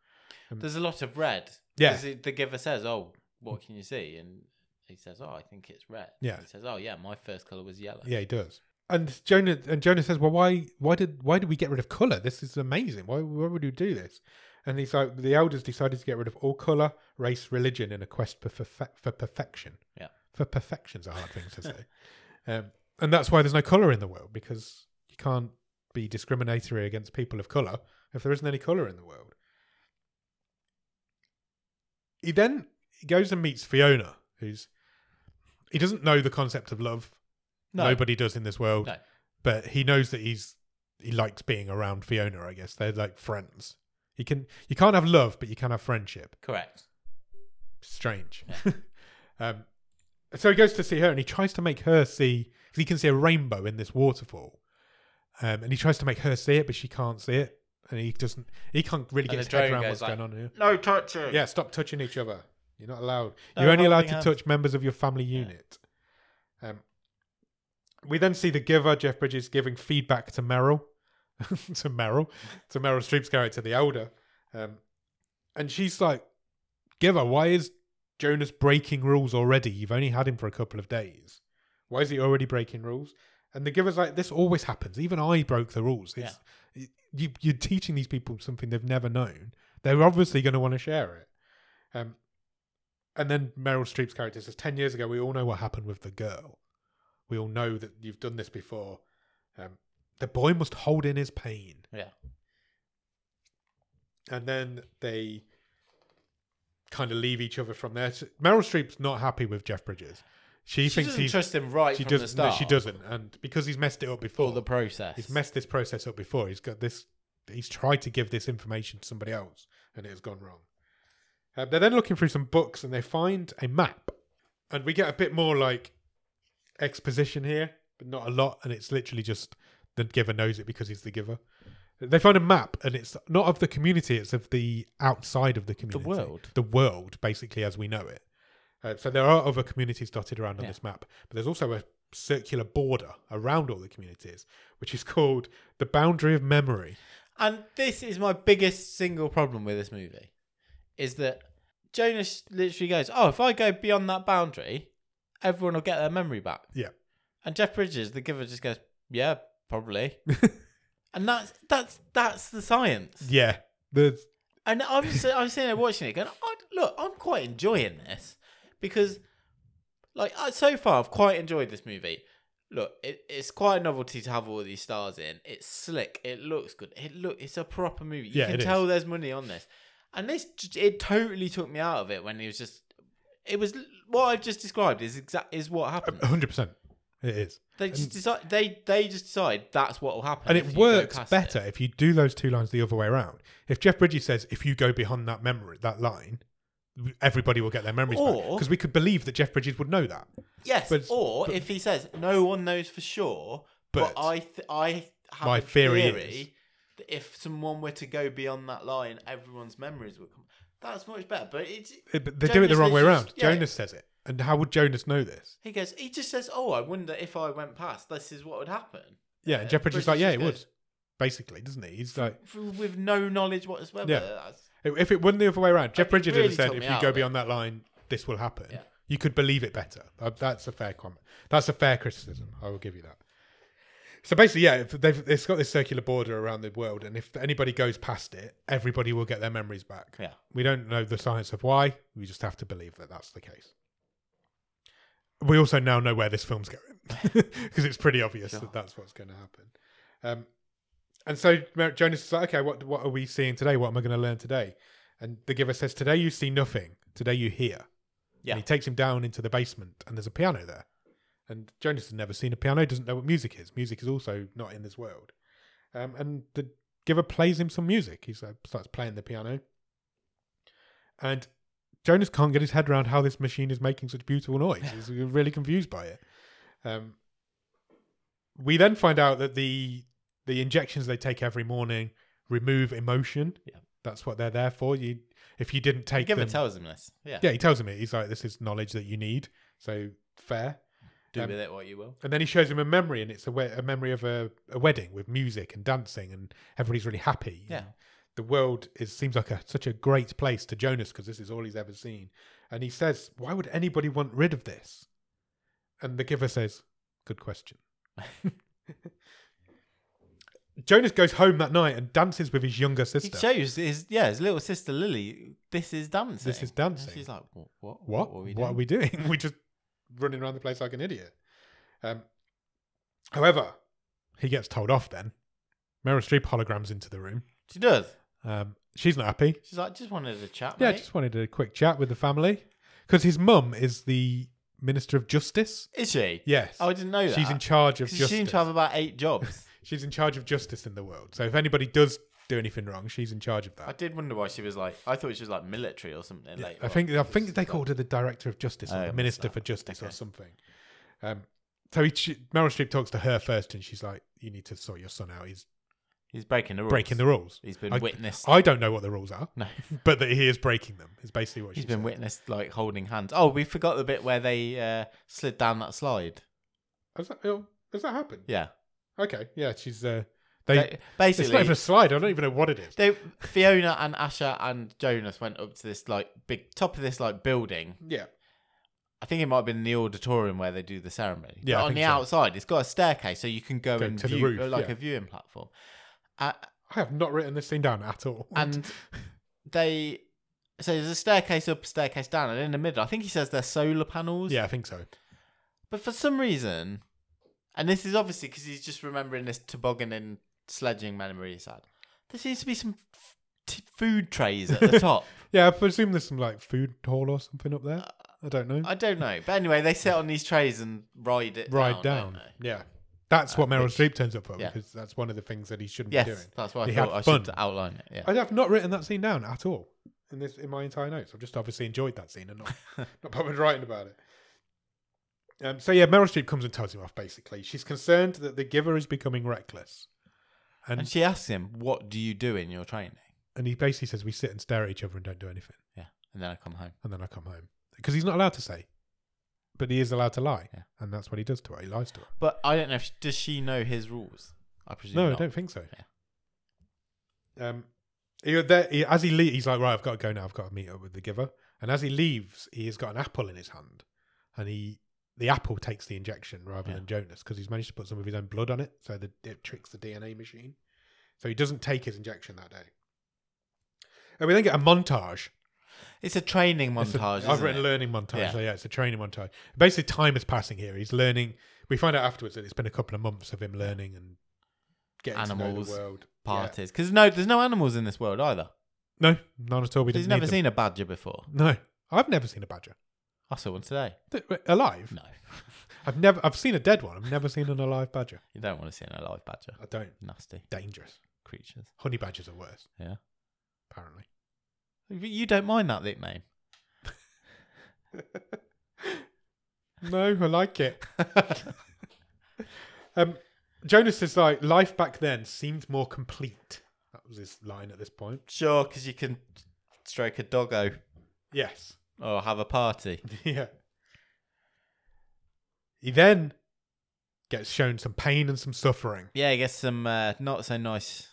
B: There's a lot of red.
A: Yeah.
B: 'Cause it- The giver says, "Oh, what can you see?" And he says, "Oh, I think it's red."
A: Yeah.
B: He says, "Oh yeah, my first color was yellow."
A: Yeah, he does. And Jonah and Jonah says, "Well, why why did why did we get rid of color? This is amazing. Why why would you do this?" And he's like, "The elders decided to get rid of all color, race, religion in a quest for perfec- for perfection.
B: Yeah.
A: for perfection's a hard thing to say. um, and that's why there's no color in the world because you can't be discriminatory against people of color if there isn't any color in the world." He then goes and meets Fiona, who's he doesn't know the concept of love.
B: No.
A: Nobody does in this world.
B: No.
A: But he knows that he's he likes being around Fiona, I guess. They're like friends. You can you can't have love, but you can have friendship.
B: Correct.
A: Strange. um so he goes to see her and he tries to make her see because he can see a rainbow in this waterfall. Um and he tries to make her see it, but she can't see it. And he doesn't he can't really
B: And
A: get his
B: the
A: head
B: drone
A: around
B: goes
A: what's
B: like-
A: going on here.
B: No touching.
A: Yeah, stop touching each other. You're not allowed.
B: No
A: You're only allowed
B: holding
A: to
B: hands.
A: touch members of your family unit. Um, we then see the giver, Jeff Bridges, giving feedback to Meryl, to Meryl, to Meryl Streep's character, the elder, um, and she's like, "Giver, why is Jonas breaking rules already? You've only had him for a couple of days. Why is he already breaking rules?" And the giver's like, "This always happens. Even I broke the rules. It's, you, you're teaching these people something they've never known. They're obviously going to want to share it." Um, and then Meryl Streep's character says, 10 years ago, we all know what happened with the girl. We all know that you've done this before. Um, the boy must hold in his pain.
B: Yeah.
A: And then they kind of leave each other from there. So Meryl Streep's not happy with Jeff Bridges. She,
B: She
A: thinks
B: doesn't
A: he's.
B: trust him right
A: she
B: from the
A: doesn't. no,
B: start.
A: she doesn't. And because he's messed it up before,
B: All the process.
A: he's messed this process up before. He's got this. He's tried to give this information to somebody else, and it has gone wrong. Uh, they're then looking through some books, and they find a map, and we get a bit more like exposition here, but not a lot. And it's literally just the giver knows it because he's the giver. They find a map, and it's not of the community; it's of the outside of the community,
B: world.
A: the world, basically as we know it. Uh, so there are other communities dotted around on
B: Yeah.
A: this map, but there's also a circular border around all the communities, which is called the boundary of memory.
B: And this is my biggest single problem with this movie is that Jonas literally goes, Oh, if I go beyond that boundary, everyone will get their memory back.
A: Yeah.
B: And Jeff Bridges, the giver, just goes, Yeah, probably. and that's that's that's the science.
A: Yeah, the
B: And I'm s- I'm sitting there watching it going, I, look, I'm quite enjoying this because, like, I, so far I've quite enjoyed this movie. Look, it, it's quite a novelty to have all these stars in. It's slick. It looks good. It look, it's a proper movie. You
A: Yeah,
B: can
A: it is.
B: tell there's money on this. And this, j- it totally took me out of it when it was just, it was l- what I've just described is exact is what happened.
A: hundred percent it is,
B: They just decide they they just decide that's what will happen,
A: Um, and
B: if
A: it
B: you go
A: works
B: past
A: better
B: it.
A: if you do those two lines the other way around. If Jeff Bridges says, "If you go beyond that memory, that line." Everybody will get their memories back
B: Or-
A: because we could believe that Jeff Bridges would know that.
B: Yes,
A: But-
B: or if he says no one knows for sure, but,
A: But
B: I th- I have
A: my
B: a
A: theory
B: theory,
A: is-
B: that if someone were to go beyond that line, everyone's memories would come. That's much better. But it's
A: It- but they do it the
B: Jonas
A: wrong way
B: literally
A: around.
B: just- yeah.
A: Jonas says it, and how would Jonas know this?
B: he goes. He just says, "Oh, I wonder if I went past. This is what would happen."
A: Yeah, and Jeff Bridges is like,
B: Bridges
A: yeah,
B: just
A: it
B: goes-
A: would, basically, doesn't he? He's like,
B: F- With no knowledge whatsoever.
A: Yeah.
B: That's-
A: If if it wasn't the other way around, Jeff
B: it
A: Bridges
B: really
A: would have said,
B: took
A: "If
B: me
A: you
B: out
A: go
B: of it.
A: beyond that line, this will happen."
B: Yeah.
A: You could believe it better. Uh, That's a fair comment. That's a fair criticism. I will give you that. So basically, yeah, if they've, it's got this circular border around the world, and if anybody goes past it, everybody will get their memories back.
B: Yeah.
A: We don't know the science of why. We just have to believe that that's the case. We also now know where this film's going because it's pretty obvious
B: Sure.
A: that that's what's going to happen. Um, and so Mer- Jonas is like, okay, what what are we seeing today? What am I going to learn today? And the giver says, today you see nothing. Today you hear.
B: Yeah.
A: And he takes him down into the basement, and there's a piano there. And Jonas has never seen a piano, doesn't know what music is. Music is also not in this world. Um, and the giver plays him some music. He uh, starts playing the piano. And Jonas can't get his head around how this machine is making such beautiful noise. He's really confused by it. Um, we then find out that the the injections they take every morning remove emotion.
B: Yeah.
A: That's what they're there for. You, if you didn't take
B: Giver
A: them,
B: tells him this. Yeah.
A: yeah, he tells him it. He's like, "This is knowledge that you need." So fair.
B: Do
A: um,
B: with it what you will.
A: And then he shows him a memory, and it's a, we- a memory of a, a wedding with music and dancing, and everybody's really happy.
B: Yeah.
A: The world is seems like a, such a great place to Jonas because this is all he's ever seen. And he says, "Why would anybody want rid of this?" And the giver says, "Good question." Jonas goes home that night and dances with his younger
B: He
A: sister.
B: shows his yeah his little sister Lily. This is dancing.
A: This is
B: And
A: dancing.
B: She's like, what? What?
A: what?
B: What are we
A: what are
B: doing?"
A: we doing? We're just running around the place like an idiot. Um, however, he gets told off then. Meryl Streep holograms into the room.
B: She does.
A: Um, she's not happy.
B: She's like, just wanted a chat.
A: Yeah,
B: mate."
A: just wanted a quick chat with the family. Because his mum is the Minister of Justice.
B: is she?
A: Yes.
B: Oh, I didn't know that.
A: she's in charge of
B: 'Cause She
A: justice.
B: seems to have about eight jobs.
A: she's in charge of justice in the world. So if anybody does do anything wrong, she's in charge of that.
B: I did wonder why she was like. I thought she was like military or something. later
A: I
B: on.
A: think I
B: It's
A: think they
B: like-
A: called her the director of justice
B: Oh,
A: or the
B: must
A: minister
B: that-
A: for justice or
B: okay.
A: something. Um, so he, she, Meryl Streep talks to her first, and she's like, "You need to sort your son out. He's
B: He's breaking the rules.
A: breaking the rules.
B: He's been
A: I-
B: witnessed.
A: I don't know what the rules are,
B: no,
A: but that he is breaking them is basically what
B: he's
A: she
B: been
A: said.
B: witnessed like holding hands. Oh, we forgot the bit where they uh, slid down that slide.
A: Has that, oh, has that happened?
B: Yeah,
A: Okay, yeah, she's uh, they.
B: They-
A: it's not
B: basically
A: even a slide. I don't even know what it is.
B: they Fiona and Asha and Jonas went up to this like big top of this like building.
A: yeah,
B: I think it might have been the auditorium where they do the ceremony.
A: Yeah,
B: but
A: I
B: on
A: think
B: the
A: so.
B: outside, it's got a staircase so you can go,
A: Go
B: and
A: to the
B: view
A: roof,
B: like
A: yeah.
B: a viewing platform. Uh,
A: I have not written this thing down at all.
B: and they so there's a staircase up, a staircase down, and in the middle, I think he says they're solar panels.
A: yeah, I think so.
B: But for some reason, and this is obviously because he's just remembering this toboggan and sledging memory he's had. There seems to be some f- t- food trays at the top.
A: Yeah, I presume there's some like food hall or something up there. I don't know.
B: Uh, I don't know, but anyway, they sit on these trays and ride it.
A: ride
B: down.
A: down.
B: don't they?
A: Yeah, that's what Meryl
B: which-
A: Streep turns up for
B: yeah.
A: because that's one of the things that he shouldn't
B: Yes,
A: be doing.
B: that's why I
A: They had
B: thought I
A: fun.
B: should outline it. Yeah.
A: I have not written that scene down at all in this in my entire notes. I've just obviously enjoyed that scene and not not bothered writing about it. Um, so yeah, Meryl Streep comes and tells him off. Basically, she's concerned that the giver is becoming reckless,
B: And she asks him, "What do you do in your training?"
A: and he basically says, "We sit and stare at each other and don't do anything,
B: Yeah, and then I come home.
A: and then I come home." Because he's not allowed to say, but he is allowed to lie,
B: Yeah.
A: and that's what he does to her. He lies to her.
B: But I don't know. If, does she know his rules? I presume.
A: No,
B: not.
A: I don't think so. Um, he, there, he, as he leaves, he's like, right, I've got to go now. I've got to meet up with the giver. And as he leaves, he has got an apple in his hand, and he the apple takes the injection rather
B: Yeah.
A: than Jonas because he's managed to put some of his own blood on it, so that it tricks the DNA machine. So he doesn't take his injection that day. And we then get a montage.
B: It's a training
A: It's a-
B: montage.
A: I've
B: isn't
A: written
B: it?
A: learning montage.
B: Yeah.
A: So yeah, it's a training montage. Basically, time is passing here. He's learning. We find out afterwards that it's been a couple of months of him learning and getting
B: Animals,
A: to know the world. Yeah.
B: parties because no, there's no animals in this world either.
A: No, none at all. We
B: He's
A: didn't
B: never
A: need them.
B: seen a badger before.
A: No, I've never seen a badger
B: I saw one today.
A: Th- alive.
B: No,
A: I've never. I've seen a dead one. I've never seen an alive badger.
B: you don't want to see an alive badger.
A: I don't.
B: Nasty
A: Dangerous.
B: creatures.
A: Honey badgers are worse,
B: Yeah,
A: apparently.
B: but you don't mind that nickname.
A: No, I like it. um, Jonas is like life back then seemed more complete. That was his line at this point.
B: Sure, because you can stroke a doggo
A: Yes.
B: or have a party.
A: yeah. He then gets shown some pain and some suffering.
B: Yeah, I guess some uh, not so nice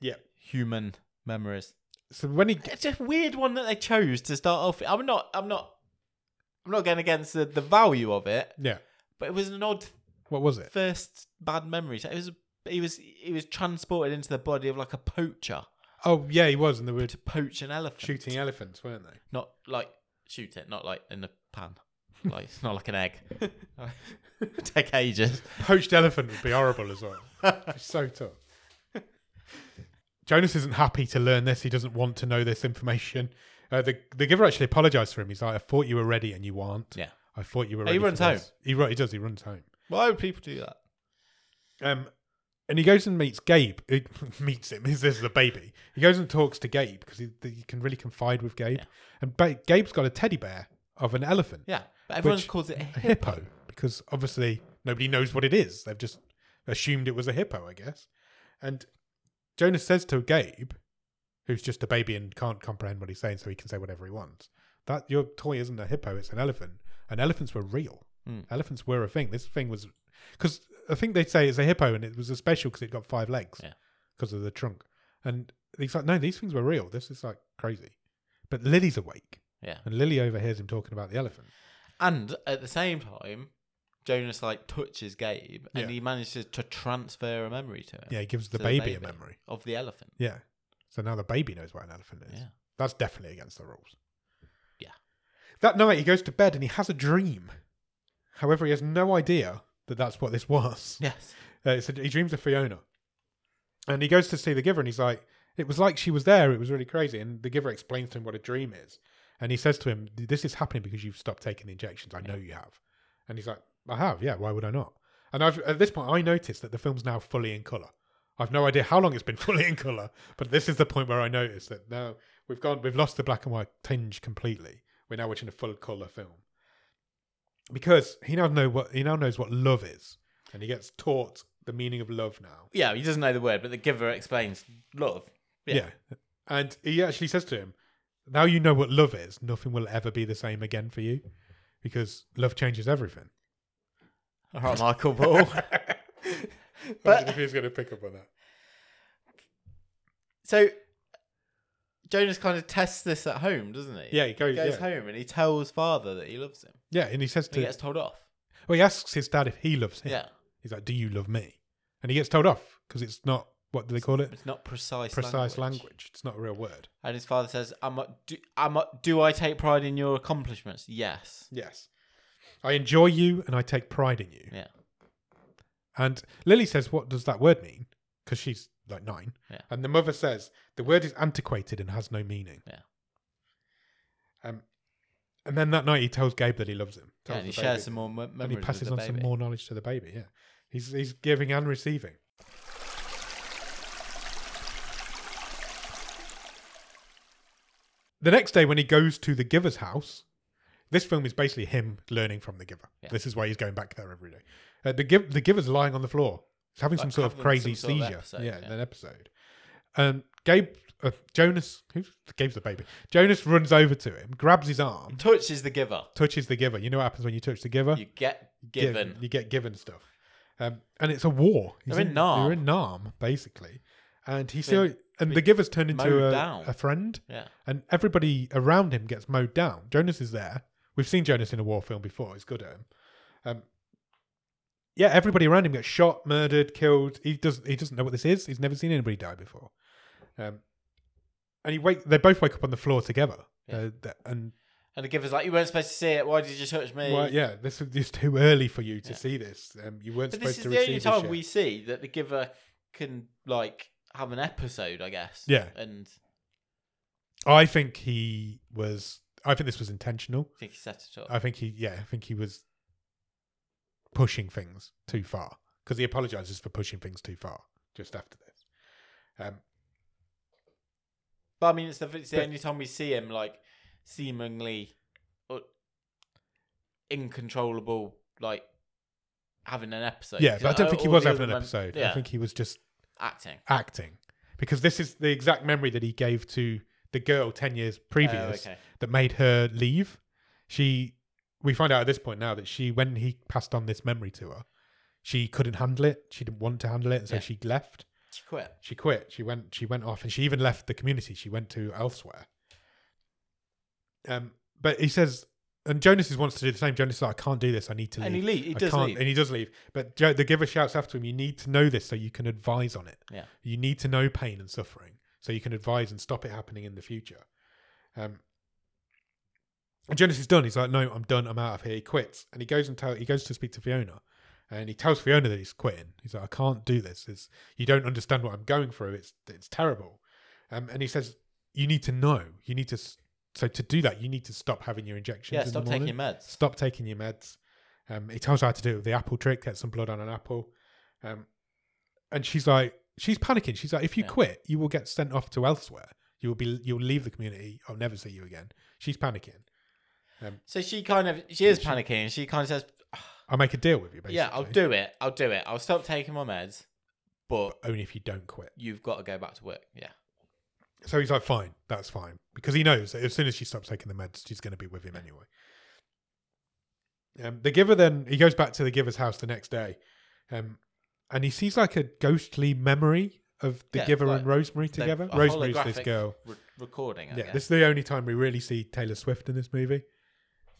A: Yeah.
B: human memories.
A: So when he
B: It's just a weird one that they chose to start off. with. I'm not. I'm not. I'm not going against the, the value of it,
A: yeah,
B: but it was an odd
A: what was it?
B: first bad memory. So It was. He was. He was transported into the body of like a poacher
A: Oh yeah, he was, and they were
B: to poach an elephant.
A: shooting elephants, weren't they?
B: Not like shoot it. Not like in a pan. Like it's not like an egg. Take ages.
A: Poached elephant would be horrible as well. It's so tough. Jonas isn't happy to learn this. He doesn't want to know this information. Uh, the the giver actually apologized for him. He's like, I thought you were ready and you weren't.
B: Yeah.
A: I thought you were.
B: Oh,
A: Ready
B: he
A: for
B: runs home.
A: this." He ru- he does. He runs home.
B: Why would people do that?
A: Um, and he goes and meets Gabe. He meets him. This is the baby. He goes and talks to Gabe because he, he can really confide with Gabe. And ba- Gabe's got a teddy bear of an elephant,
B: Yeah, but everyone
A: Which-
B: calls it a
A: a
B: hip.
A: hippo, because obviously nobody knows what it is. They've just assumed it was a hippo, I guess. And Jonas says to Gabe, who's just a baby and can't comprehend what he's saying, so he can say whatever he wants. That your toy isn't a hippo; it's an elephant. And elephants were real.
B: Mm.
A: Elephants were a thing. This thing was because I think they say it's a hippo, and it was a special because it got five legs
B: Yeah.
A: because of the trunk. And he's like, no, these things were real. This is like crazy. But Lily's awake,
B: Yeah,
A: and Lily overhears him talking about the elephant.
B: and at the same time, Jonas like touches Gabe, and
A: Yeah.
B: he manages to transfer a memory to him
A: Yeah, he gives the
B: To the
A: baby, a
B: baby.
A: memory.
B: of the elephant.
A: Yeah. So now the baby knows what an elephant is.
B: Yeah.
A: That's definitely against the rules.
B: Yeah.
A: That night he goes to bed and he has a dream. However, he has no idea that that's what this was.
B: Yes.
A: Uh, it's a, he dreams of Fiona. And he goes to see the giver and he's like, it was like she was there. It was really crazy. And the giver explains to him what a dream is. And he says to him, This is happening because you've stopped taking the injections. I know you have. And he's like, I have. Yeah. Why would I not? And I've, at this point, I noticed that the film's now fully in color. I've no idea how long it's been fully in color, but this is the point where I noticed that now we've gone, we've lost the black and white tinge completely. We're now watching a full color film because he now know what he now knows what love is, and he gets taught the meaning of love now.
B: Yeah, he doesn't know the word, but the giver explains love. Yeah.
A: and he actually says to him, "Now you know what love is. Nothing will ever be the same again for you, because love changes everything."
B: All right, Michael Ball.
A: I wondered if he's going to pick up on that.
B: so Jonas kind of tests this at home, doesn't he?
A: Yeah, he goes.
B: He goes
A: yeah.
B: home and he tells father that he loves him.
A: yeah, and he says
B: And he
A: to.
B: gets told off.
A: Well, he asks his dad if he loves him.
B: Yeah.
A: He's like, "Do you love me?" And he gets told off because it's not what do they call it?
B: It's not precise
A: Precise language. It's not a real word.
B: And his father says, "I'm not, do, I'm not, do I take pride in your accomplishments? Yes.
A: Yes. I enjoy you and I take pride in you.
B: Yeah.
A: And Lily says, What does that word mean? Because she's like nine.
B: Yeah.
A: And the mother says, The word is antiquated and has no meaning.
B: Yeah.
A: Um, and then that night he tells Gabe that he loves him.
B: Yeah,
A: Tells
B: and he
A: the baby.
B: shares some more mem-
A: And he
B: memories
A: passes
B: with
A: on
B: the
A: some
B: baby.
A: more knowledge to the baby. Yeah. He's, he's giving and receiving. The next day, when he goes to the giver's house, this film is basically him learning from the giver.
B: Yeah.
A: This is why he's going back there every day. Uh, the, give, the giver's lying on the floor. He's having
B: Like
A: some sort of
B: having
A: crazy
B: some sort of
A: seizure.
B: episode,
A: yeah,
B: yeah.
A: an episode. Um, Gabe, uh, Jonas, who's Gabe's the baby? Jonas runs over to him, grabs his arm,
B: Touches the giver.
A: touches the giver. You know what happens when you touch the giver?
B: You get
A: give-
B: given.
A: you get given stuff. Um, and it's a war. He's
B: They're in Narm.
A: They're in Narm, basically. And he so
B: Been-
A: and the giver's turned into
B: mowed
A: a,
B: down.
A: a friend,
B: Yeah.
A: and everybody around him gets mowed down. Jonas is there. We've seen Jonas in a war film before. He's good at him. Um, yeah, everybody around him gets shot, murdered, killed. He doesn't. He doesn't know what this is. He's never seen anybody die before. Um, and he wake. They both wake up on the floor together.
B: Yeah.
A: Uh, th- and
B: And the giver's like, "You weren't supposed to see it. Why did you touch me?"
A: well, yeah, this is just too early for you to
B: Yeah.
A: see this. Um, you weren't
B: But
A: supposed
B: this is
A: to
B: the
A: receive
B: only
A: this
B: time
A: yet.
B: we see that the giver can like have an episode, I guess.
A: Yeah.
B: And
A: I think he was. I think this was intentional.
B: I think he set it up.
A: I think he, yeah, I think he was pushing things too far because he apologizes for pushing things too far just after this. Um,
B: but I mean, it's the, it's the
A: But-
B: only time we see him like seemingly uh, incontrollable, like having an episode.
A: yeah,
B: 'Cause
A: but I don't think he
B: uh, all
A: was
B: the
A: having an
B: other mem-
A: episode.
B: Yeah,
A: I think he was just
B: acting.
A: acting because this is the exact memory that he gave to the girl 10 years previous
B: Oh, okay.
A: that made her leave. She, we find out at this point now that she, when he passed on this memory to her, she couldn't handle it. She didn't want to handle it, and so
B: Yeah.
A: she left.
B: She quit.
A: She quit. She went. She went off, and she even left the community. She went to elsewhere. Um, but he says, and Jonas is wants to do the same. Jonas is like, I can't do this. I need to leave.
B: And he leave. He
A: I
B: does
A: can't-
B: leave.
A: and he does leave. But Joe, the giver shouts after him, "You need to know this so you can advise on it.
B: Yeah.
A: You need to know pain and suffering so you can advise and stop it happening in the future." Um, and Jonas is done. He's like, "No, I'm done. I'm out of here." He quits, and he goes and tell he goes to speak to Fiona, and he tells Fiona that he's quitting. He's like, "I can't do this. It's you don't understand what I'm going through. It's it's terrible." Um, and he says, "You need to know. You need to s- So to do that, you need to stop having your injections.
B: Yeah,
A: in
B: stop
A: the morning.
B: taking your meds.
A: Stop taking your meds. Um, he tells her how to do it with the apple trick. Get some blood on an apple. Um, and she's like, she's panicking. She's like, if you
B: Yeah.
A: quit, you will get sent off to elsewhere. You will be, you'll leave the community. I'll never see you again. She's panicking.
B: So she kind of she is panicking. She kind of says,
A: I'll make a deal with you. Basically.
B: "Yeah, I'll do it. I'll do it. I'll stop taking my meds, but
A: Only if you don't quit.
B: you've got to go back to work." Yeah,
A: So he's like, fine, that's fine. Because he knows that as soon as she stops taking the meds, she's going to be with him anyway. Um, the giver then, he goes back to the giver's house the next day. Um, and he sees like a ghostly memory of the
B: Yeah,
A: giver
B: like
A: and Rosemary
B: the-
A: together.
B: a
A: Rosemary's this
B: holographic
A: girl.
B: Re- recording. I
A: Yeah,
B: guess.
A: this is the only time we really see Taylor Swift in this movie.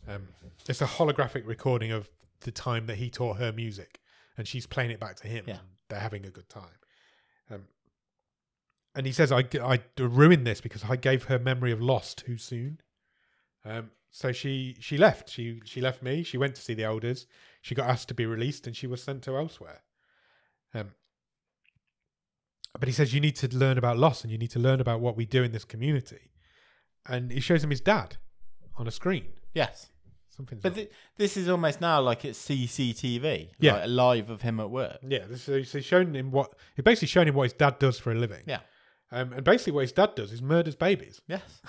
A: Um, it's a holographic recording of the time that he taught her music, and she's playing it back to him.
B: Yeah.
A: And they're having a good time. Um, and he says, I, I ruined this because I gave her memory of loss too soon. Um, so she she left. She she left me. She went to see the elders. She got asked to be released, and she was sent to elsewhere. Um, but he says you need to learn about loss, and you need to learn about what we do in this community. And he shows him his dad on a screen.
B: yes.
A: Something's
B: But
A: wrong.
B: thi- this is almost now like it's CCTV.
A: Yeah.
B: like live of him at work.
A: yeah, this is, so he's shown him what he's basically shown him what his dad does for a living.
B: Yeah.
A: um, and basically what his dad does is murders babies.
B: Yes.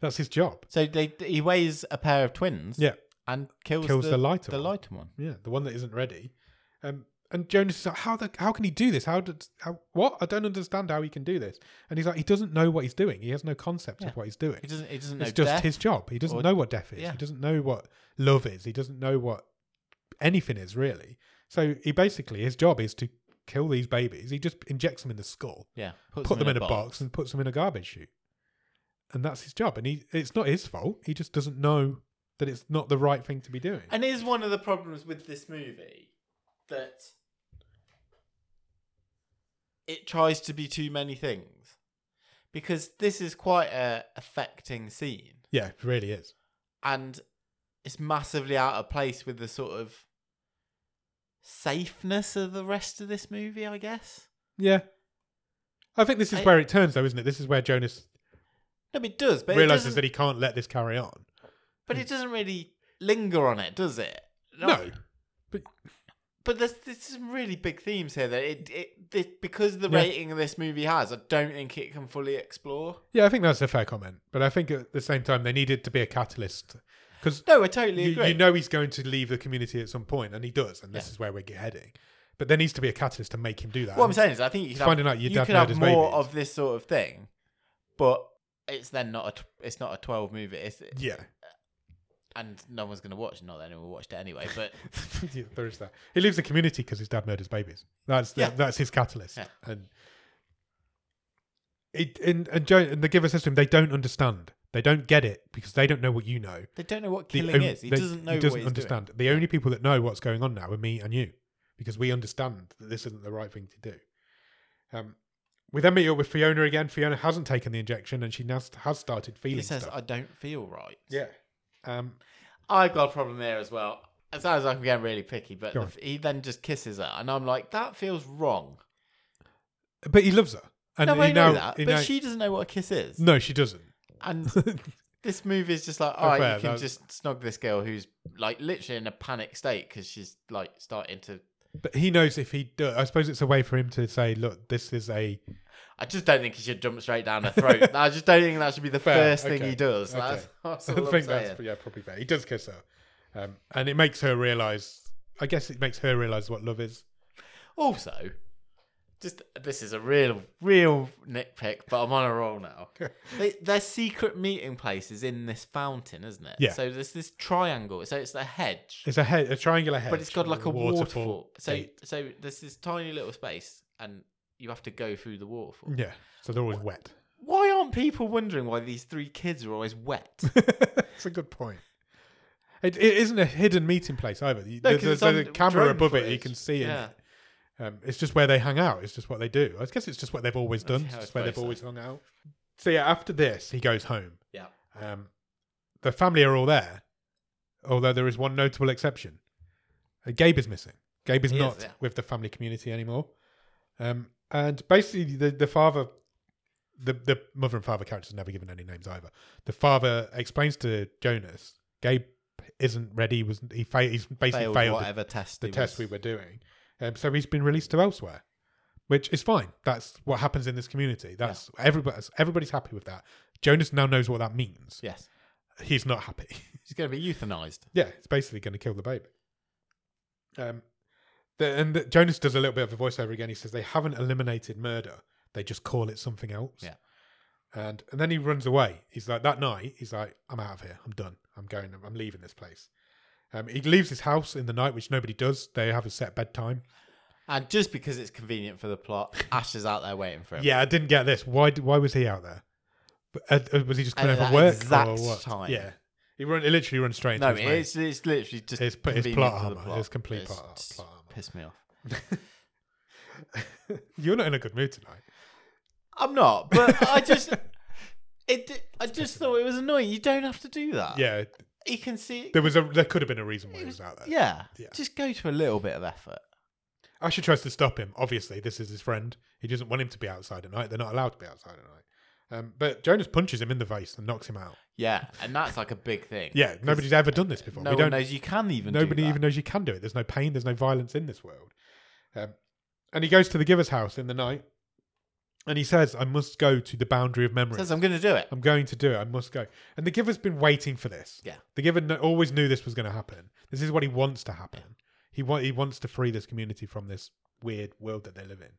A: That's his job.
B: So they he weighs a pair of twins.
A: Yeah.
B: and kills,
A: Kills
B: the,
A: the lighter
B: the
A: one.
B: lighter one.
A: Yeah, the one that isn't ready. Um, and Jonas is like, how the, how can he do this? How did how what? I don't understand how he can do this. And he's like, he doesn't know what he's doing. He has no concept
B: Yeah.
A: of what he's doing.
B: He doesn't. He doesn't know
A: it's just
B: death.
A: his job. He doesn't
B: or-
A: know what death is.
B: yeah.
A: He doesn't know what love is. He doesn't know what anything is really. So he basically his job is to kill these babies. He just injects them in the skull,
B: Yeah,
A: put them in, a box, and puts them in a garbage chute. And that's his job. And he it's not his fault. He just doesn't know that it's not the right thing to be doing.
B: And is one of the problems with this movie that it tries to be too many things. Because this is quite a affecting scene
A: yeah, it really is.
B: and it's massively out of place with the sort of safeness of the rest of this movie, I guess.
A: Yeah. I think this is
B: I-
A: where it turns, though, isn't it? This is where Jonas
B: No, but it does, but it
A: realizes
B: doesn't,
A: that he can't let this carry on.
B: but it doesn't really linger on it, does it?
A: No.
B: But there's, there's some really big themes here that it, it this, because the
A: Yeah.
B: rating this movie has, I don't think it can fully explore.
A: Yeah, I think that's a fair comment. But I think at the same time, they needed to be a catalyst because
B: No, I totally
A: you,
B: agree.
A: you know he's going to leave the community at some point, and he does, and this
B: Yeah.
A: is where we're heading. But there needs to be a catalyst to make him do that.
B: what I'm saying is, I think you could
A: finding
B: have,
A: out your
B: you
A: dad
B: could have
A: murders
B: more
A: babies.
B: of this sort of thing, but it's then not a tw- it's not a 12 movie, it's,
A: yeah.
B: and no one's gonna watch. it. Not that anyone watched it anyway, but
A: yeah, there is that. He leaves the community because his dad murders babies. That's the,
B: Yeah.
A: that's his catalyst.
B: Yeah.
A: And it and and, Joe, and the giver system they don't understand. They don't get it because they don't know what you know.
B: they don't know what
A: The
B: killing
A: only-
B: is. He
A: they-
B: doesn't know.
A: He doesn't
B: what he's
A: understand. The only people that know what's going on now are me and you, because we understand that this isn't the right thing to do. Um, we then meet up with Fiona again. Fiona hasn't taken the injection, and she now st- has started
B: Doing.
A: feeling
B: He says,
A: stuff.
B: "I don't feel right."
A: yeah. Um,
B: I've got a problem there as well. It sounds like I'm getting really picky, but
A: Go
B: the,
A: on.
B: f- he then just kisses her, and I'm like, that feels wrong.
A: but he loves her, and
B: no,
A: he
B: I know
A: now-
B: that,
A: he
B: but
A: now-
B: she doesn't know what a kiss is.
A: no, she doesn't.
B: And this movie is just like, all right,
A: fair,
B: you can
A: that-
B: just snog this girl who's like literally in a panic state because she's like starting to.
A: But he knows if he does. I suppose it's a way for him to say, "Look, this is a
B: I just don't think he should jump straight down her throat. I just don't think that should be the
A: Fair,
B: first thing
A: okay,
B: he does.
A: okay.
B: That's, that's
A: I
B: all I'm
A: think
B: saying.
A: that's yeah, probably fair. He does kiss her, um, and it makes her realize. I guess it makes her realize what love is.
B: Also, just this is a real, real nitpick, but I'm on a roll now. they, their secret meeting place is in this fountain, isn't it?
A: Yeah.
B: So there's this triangle. So it's a hedge,
A: It's a head, a triangular head,
B: but it's got like a waterfall. So, so there's this tiny little space, and you have to go through the waterfall.
A: Yeah, so they're always wet.
B: Why aren't people wondering why these three kids are always wet?
A: It's a good point. It, it isn't a hidden meeting place either. You-
B: No,
A: there's
B: 'cause it's
A: there's a
B: on
A: camera
B: drone
A: above it. You
B: footage.
A: can see it.
B: Yeah.
A: Um, it's just where they hang out. It's just what they do. I guess it's just what they've always done.
B: Yeah,
A: it's
B: I
A: just where they've
B: suppose so.
A: always hung out. So yeah, after this, he goes home.
B: Yeah.
A: Um, the family are all there, although there is one notable exception. Uh, Gabe is missing. Gabe is
B: He is,
A: not
B: yeah.
A: with the family community anymore. Um, and basically, the, the father the the mother and father characters are never given any names either. The father explains to Jonas, Gabe isn't ready. Was he? Fa- he's basically
B: failed,
A: failed, the-
B: whatever test
A: the
B: he
A: test we
B: was-
A: were doing. Um, so he's been released to elsewhere, which is fine. That's what happens in this community. That's everybody's everybody's happy with that. Jonas now knows what that means.
B: Yes,
A: He's not happy.
B: he's going to be euthanized.
A: yeah, it's basically going to kill the baby. Um, the, and the, Jonas does a little bit of a voiceover again. He says they haven't eliminated murder; they just call it something else.
B: Yeah.
A: And and then he runs away. He's like that night. He's like, I'm out of here. I'm done. I'm going. I'm leaving this place. Um, he leaves his house in the night, which nobody does. They have a set bedtime.
B: And just because it's convenient for the plot, Ash is out there waiting for him.
A: Yeah, I didn't get this. Why? d- Why was he out there? But, uh, uh, was he just
B: At
A: coming over
B: that
A: work
B: exact
A: or what?
B: time.
A: Yeah, he run. He literally runs straight into
B: No,
A: his mate.
B: it's, it's literally just
A: It's- but it's
B: convenient
A: plot
B: for the
A: armor. It's complete plot-
B: just
A: plot armor.
B: Pissed me off.
A: You're not in a good mood tonight.
B: I'm not, but I just it. di- I just thought it was annoying. You don't have to do that.
A: Yeah,
B: you can see.
A: there was a. There could have been a reason why he was out there.
B: yeah,
A: Yeah.
B: just go to a little bit of effort.
A: Asher tries to stop him. Obviously, this is his friend. He doesn't want him to be outside at night. They're not allowed to be outside at night. Um, but Jonas punches him in the face and knocks him out.
B: Yeah, and that's like a big thing.
A: Yeah, nobody's ever done this before.
B: no
A: we
B: one
A: don't.
B: knows you can even. do
A: nobody
B: that.
A: even knows you can do it. There's no pain. There's no violence in this world. Um, and he goes to the giver's house in the night, and he says, "I must go to the boundary of memory.
B: says I'm going to do it.
A: I'm going to do it. I must go." And the giver's been waiting for this.
B: Yeah.
A: The giver kn- always knew this was going to happen. This is what he wants to happen. He wa- he wants to free this community from this weird world that they live in.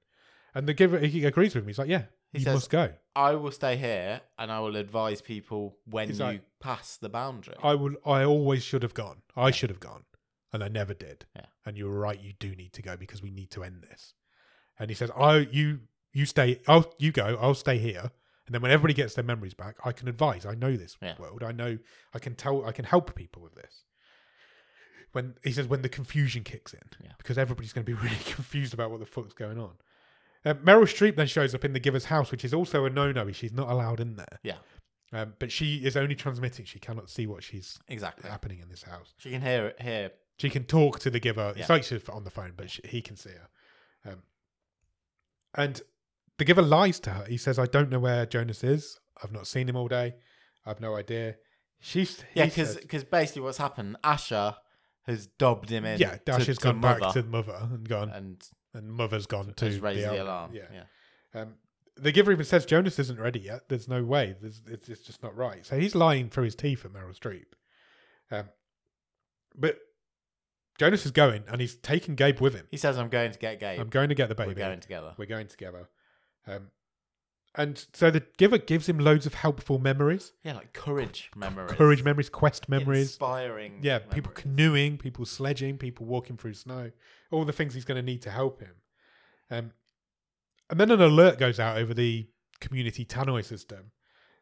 A: And the giver he agrees with me. He's like, "Yeah,
B: He
A: you
B: says-
A: must go.
B: I will stay here and I will advise people when
A: He's
B: you
A: like-
B: pass the boundary.
A: I will. I always should have gone. I should have gone, and I never did.
B: Yeah.
A: And you're right. You do need to go because we need to end this." And he says, "I you you stay. I'll you go. I'll stay here." And then when everybody gets their memories back, I can advise. I know this
B: Yeah.
A: world. I know. I can tell. I can help people with this. When he says when the confusion kicks in,
B: Yeah.
A: because everybody's going to be really confused about what the fuck's going on. Uh, Meryl Streep then shows up in the giver's house, which is also a no-no. She's not allowed in there.
B: Yeah.
A: Um, but she is only transmitting. She cannot see what she's
B: exactly.
A: happening in this house.
B: She can hear it here.
A: She can talk to the giver. It's
B: Yeah.
A: like she's on the phone, but she, he can see her. Um, and the giver lies to her. He says, "I don't know where Jonas is. I've not seen him all day. I've no idea." She's he
B: Yeah, because
A: says-
B: basically what's happened, Asher has dubbed him in.
A: yeah, Dash
B: to-
A: has
B: to
A: gone back
B: Mother
A: to mother and gone,
B: and
A: and mother's gone to
B: has raised the,
A: al-
B: alarm.
A: Yeah.
B: yeah.
A: Um, the giver even says Jonas isn't ready yet. There's no way. There's, it's, it's just not right. So he's lying through his teeth at Meryl Streep. Um, but Jonas is going and he's taking Gabe with him.
B: He says, "I'm going to get Gabe.
A: I'm going to get the baby.
B: We're going together."
A: We're going together. Um, and so the giver gives him loads of helpful memories,
B: Yeah, like courage memories,
A: courage memories, quest memories.
B: inspiring.
A: Yeah, people
B: memories.
A: canoeing, people sledging, people walking through snow, all the things he's going to need to help him. Um, and then an alert goes out over the community tannoy system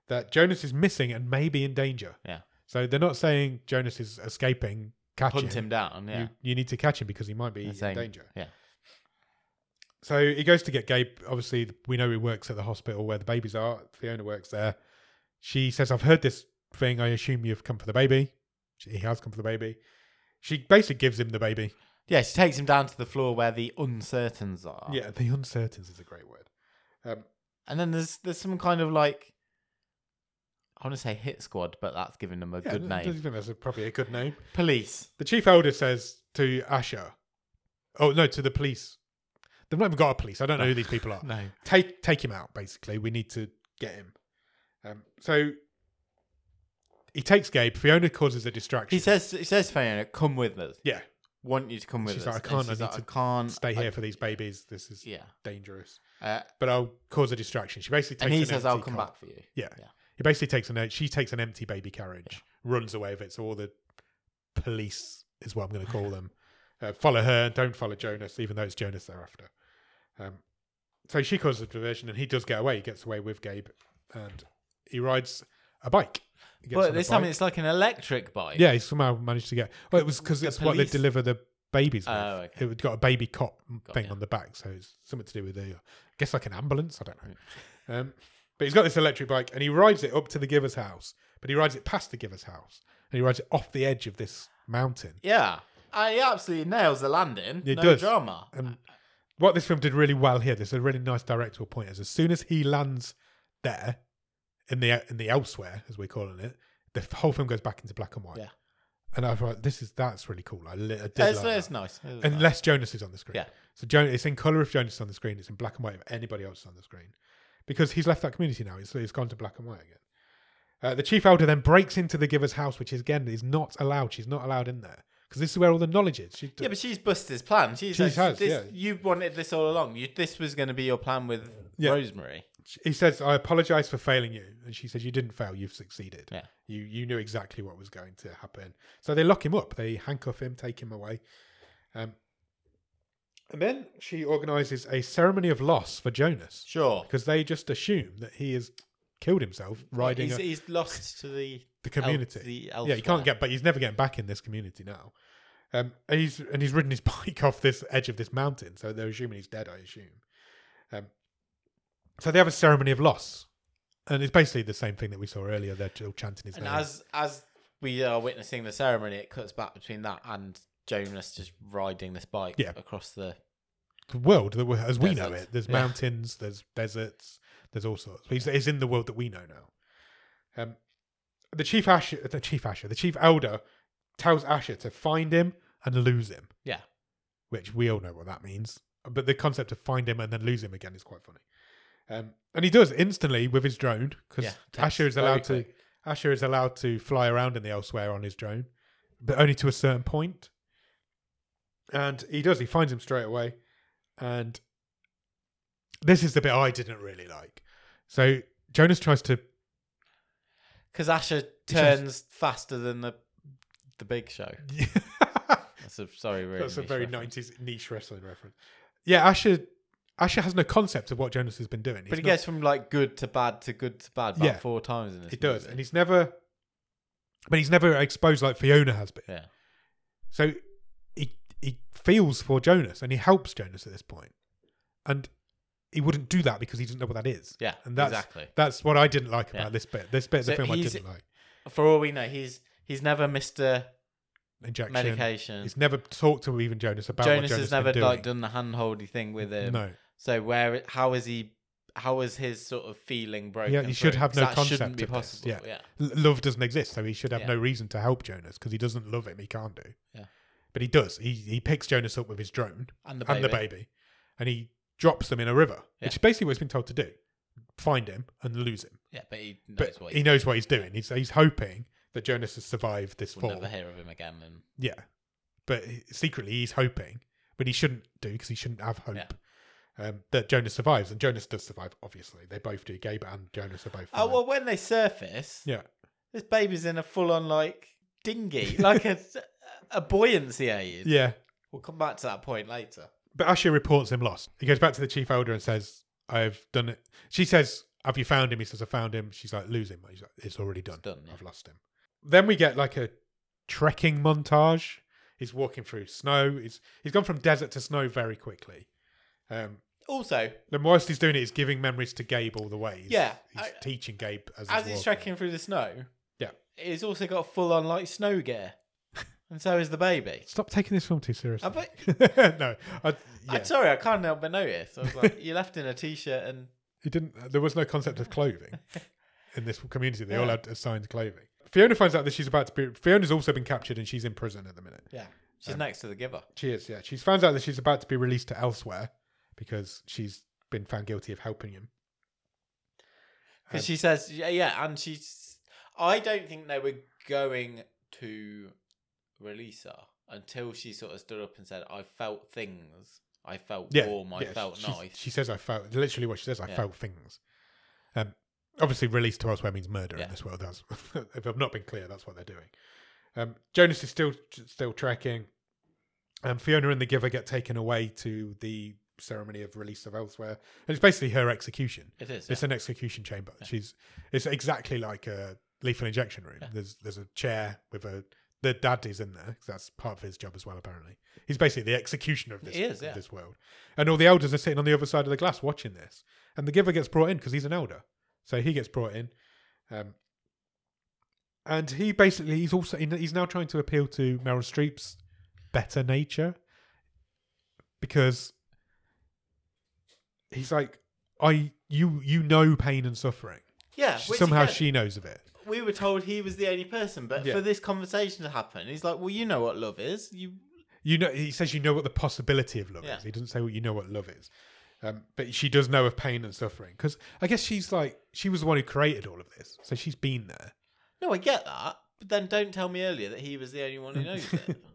A: that Jonas is missing and may be in danger.
B: Yeah.
A: So they're not saying Jonas is escaping, catch
B: hunt him down. Yeah,
A: You, you need to catch him because he might be
B: They're
A: in
B: saying-
A: danger.
B: Yeah,
A: So he goes to get Gabe. Obviously, we know he works at the hospital where the babies are. Fiona works there. She says, I've heard this thing. I assume you've come for the baby. She, he has come for the baby. She basically gives him the baby.
B: yeah. She takes him down to the floor where the uncertains are.
A: Yeah, the uncertains is a great word. Um,
B: and then there's there's some kind of like, I want to say hit squad, but that's giving them a
A: yeah,
B: good
A: I
B: name.
A: don't think that's a, probably a good name.
B: Police.
A: The chief elder says to Asher, oh, no, to the police. They've not even got a police. I don't know who these people are.
B: No.
A: take take him out basically we need to get him um, so he takes gabe fiona causes a distraction
B: He says he says to Fiona, "Come with us.
A: yeah
B: Want you to come with
A: She's like,
B: us."
A: "I
B: And
A: can't, I
B: she's
A: need
B: like,
A: to
B: can't
A: stay
B: I-
A: here for these babies this is
B: yeah.
A: dangerous
B: Uh,
A: but i'll cause a distraction she basically takes
B: and he
A: an
B: says,
A: empty
B: "I'll come
A: car-
B: back for you."
A: yeah.
B: Yeah.
A: he basically takes an she takes an empty baby carriage runs away with it so all the police is what i'm going to call them uh, follow her don't follow jonas even though it's jonas they're after um, so she causes a diversion and he does get away he gets away with gabe and he rides a bike He gets on
B: But
A: a
B: this time
A: bike.
B: it's like an electric bike.
A: Yeah, he somehow managed to get. Well, it was because
B: The
A: it's what they
B: police-
A: deliver the babies with.
B: Oh, okay.
A: It got a baby cot m-
B: Got
A: thing
B: ya.
A: on the back, so it's something to do with the, I guess like an ambulance. I don't know. Um, but he's got this electric bike and he rides it up to the giver's house, but he rides it past the giver's house and he rides it off the edge of this mountain.
B: Yeah. Uh, he absolutely nails the landing.
A: He
B: no
A: does.
B: drama.
A: And what this film did really well here, there's a really nice directorial point, is as soon as he lands there, in the in the elsewhere as we're calling it, the f- whole film goes back into black and white.
B: Yeah.
A: And I thought this is that's really cool. I, li- I did
B: That's,
A: like
B: that's
A: that.
B: nice. It was nice.
A: Unless Jonas is on the screen.
B: Yeah.
A: So Jon it's in color if Jonas is on the screen. It's in black and white if anybody else is on the screen, because he's left that community now. It's, it's gone to black and white again. Uh, the chief elder then breaks into the giver's house, which is again is not allowed. She's not allowed in there because this is where all the knowledge is. She,
B: Yeah, but she's busted his plan. She's
A: She
B: like,
A: has,
B: this,
A: yeah.
B: You wanted this all along. You, this was going to be your plan with
A: Yeah.
B: Rosemary.
A: he says, "I apologize for failing you," and she says, "You didn't fail. You've succeeded.
B: Yeah.
A: You you knew exactly what was going to happen." So they lock him up. They handcuff him, take him away, um, and then she organizes a ceremony of loss for Jonas
B: Sure.
A: because they just assume that he has killed himself riding
B: He's,
A: a-
B: he's lost to the
A: the
B: el-
A: community.
B: the
A: yeah,
B: elsewhere.
A: he can't get, but he's never getting back in this community now. Um, and he's and he's ridden his bike off this edge of this mountain, so they're assuming he's dead. I assume. Um, so they have a ceremony of loss, and it's basically the same thing that we saw earlier. They're still chanting his
B: And
A: name.
B: as as we are witnessing the ceremony, it cuts back between that and Jonas just riding this bike
A: Yeah.
B: across the.
A: the world that we, as we know
B: Desert.
A: it. There's
B: Yeah.
A: mountains, there's deserts, there's all sorts. He's, he's in the world that we know now. Um, the chief Asher, the chief Asher, the chief elder tells Asher to find him and lose him.
B: Yeah.
A: which we all know what that means. But the concept of find him and then lose him again is quite funny. Um, and he does instantly with his drone because
B: Yeah,
A: Asher
B: that's
A: is allowed
B: very
A: to Asher is allowed to fly around in the elsewhere on his drone, but only to a certain point. And he does. He finds him straight away, and this is the bit I didn't really like. So Jonas tries to
B: Because Asher
A: He tries-
B: turns faster than the the big show. That's a sorry, really
A: That's a
B: niche
A: very
B: reference.
A: nineties niche wrestling reference. Yeah, Asher Asher has no concept of what Jonas has been doing.
B: But
A: He's
B: he
A: not-
B: gets from like good to bad to good to bad about
A: Yeah.
B: four times in this.
A: he does,
B: movie.
A: and he's never. But he's never exposed like Fiona has been.
B: yeah.
A: So he he feels for Jonas and he helps Jonas at this point, and he wouldn't do that because he doesn't know what that is.
B: Yeah,
A: and that's
B: exactly.
A: that's what I didn't like about
B: Yeah.
A: this bit. This bit of the
B: So
A: film I
B: he's-
A: didn't like.
B: For all we know, he's he's never missed a
A: Injection.
B: medication.
A: He's never talked to even Jonas about what
B: Jonas,
A: Jonas
B: has never
A: been doing.
B: like done the handholdy thing with him.
A: No,
B: So where how is he? How is his sort of feeling broken?
A: Yeah, he should
B: through?
A: have
B: 'Cause
A: no
B: that shouldn't
A: concept
B: be
A: of this,
B: possible.
A: yeah.
B: yeah.
A: L- love doesn't exist, so he should have
B: Yeah.
A: no reason to help Jonas because he doesn't love him. He can't do.
B: Yeah.
A: But he does. He he picks Jonas up with his drone
B: and the baby.
A: and the baby, and he drops them in a river,
B: Yeah.
A: which is basically what he's been told to do: find him and lose him.
B: Yeah, but he knows
A: But
B: what
A: he
B: he
A: knows what he's doing. He's he's hoping that Jonas has survived this
B: will
A: fall.
B: never hear of him again. And
A: Yeah, but he- secretly he's hoping, but he shouldn't do because he shouldn't have hope.
B: Yeah.
A: Um, that Jonas survives, and Jonas does survive. Obviously, they both do. Gabe and Jonas are both.
B: oh
A: fine.
B: well, when they surface,
A: yeah.
B: this baby's in a full-on like dinghy, like a a buoyancy aid.
A: Yeah,
B: We'll come back to that point later.
A: But Asher reports him lost. He goes back to the chief elder and says, I've done it. She says, Have you found him? He says, I found him. She's like, Lose him. He's like, It's already done.
B: done, yeah.
A: I've lost him. Then we get like a trekking montage. He's walking through snow. He's, he's gone from desert to snow very quickly. Um,
B: Also,
A: and whilst he's doing it, he's giving memories to Gabe all the way. He's,
B: Yeah,
A: He's
B: I-
A: teaching Gabe as,
B: as he's
A: walking.
B: trekking through the snow,
A: Yeah.
B: he's also got full-on like snow gear, and so is the baby.
A: Stop taking this film too seriously.
B: I bet-
A: no. I, yeah.
B: I'm sorry, I can't help but notice. I was like, you left in a t-shirt and
A: He didn't. uh, There was no concept of clothing in this community. They all
B: Yeah.
A: had assigned clothing. Fiona finds out that she's about to be. Fiona's also been captured and she's in prison at the minute.
B: yeah,
A: Um,
B: she's next to the giver.
A: She is. Yeah, she's found out that she's about to be released to elsewhere because she's been found guilty of helping him.
B: Because she says, yeah, yeah, and she's. I don't think they were going to release her until she sort of stood up and said, "I felt things. I felt
A: Yeah,
B: warm. I
A: yeah,
B: felt
A: she's-
B: nice."
A: She says, "I felt." Literally, what she says, "I
B: Yeah.
A: felt things." Um, obviously, released to elsewhere means murder
B: Yeah.
A: in this world. That's if I've not been clear, that's what they're doing. Um, Jonas is still still trekking. Um, Fiona and the Giver get taken away to the ceremony of release of elsewhere, and it's basically her execution.
B: It is.
A: It's an execution chamber. She's it's exactly like a lethal injection room. There's there's a chair with a the dad is in there 'cause that's part of his job as well. Apparently, he's basically the executioner of this
B: He is, yeah.
A: this world. And all the elders are sitting on the other side of the glass watching this. And the giver gets brought in because he's an elder, so he gets brought in. Um, and he basically he's also he's now trying to appeal to Meryl Streep's better nature because he's like I you you know pain and suffering.
B: Yeah. which
A: Somehow
B: again,
A: she knows of it.
B: We were told he was the only person, but
A: Yeah.
B: for this conversation to happen, he's like, "Well, you know what love is. You
A: You know, he says you know what the possibility of love
B: Yeah.
A: is. He doesn't say what you know what love is, um, but she does know of pain and suffering because I guess she's like she was the one who created all of this, so she's been there.
B: no, I get that, but then don't tell me earlier that he was the only one who knows it."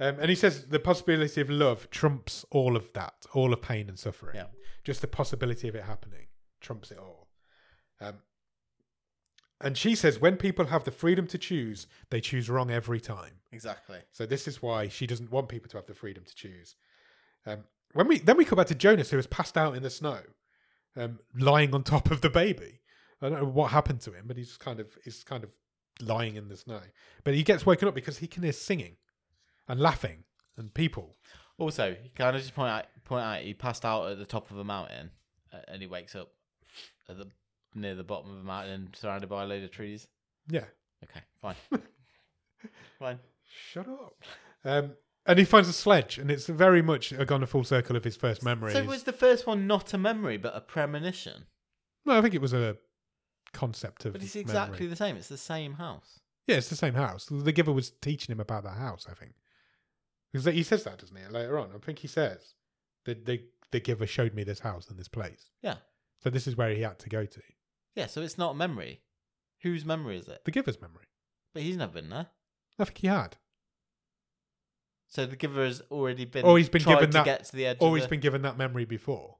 A: Um, and he says the possibility of love trumps all of that, all of pain and suffering.
B: Yeah.
A: Just the possibility of it happening trumps it all. Um, and she says when people have the freedom to choose, they choose wrong every time.
B: Exactly.
A: So this is why she doesn't want people to have the freedom to choose. Um, when we then we come back to Jonas, who was passed out in the snow, um, lying on top of the baby. I don't know what happened to him, but he's kind of he's kind of lying in the snow. But he gets woken up because he can hear singing and laughing and people.
B: Also, can I just point out, point out he passed out at the top of a mountain, uh, and he wakes up at the near the bottom of a mountain, surrounded by a load of trees.
A: Yeah,
B: Okay, fine, fine.
A: shut up. Um, and he finds a sledge, and it's very much uh, gone a full circle of his first memories.
B: So was the first one not a memory but a premonition?
A: no, I think it was a concept of.
B: But it's
A: memory.
B: exactly the same. It's the same house.
A: Yeah, it's the same house. The giver was teaching him about that house, I think. Because he says that, doesn't he? Later on, I think he says that the the giver showed me this house and this place.
B: Yeah,
A: So this is where he had to go to.
B: yeah. So it's not a memory. Whose memory is it?
A: The giver's memory.
B: But he's never been there.
A: I think he had,
B: So the giver has already been.
A: Or Oh, he's been
B: tried
A: given
B: to
A: that-
B: get to the edge.
A: or he's
B: of the,
A: been given that memory before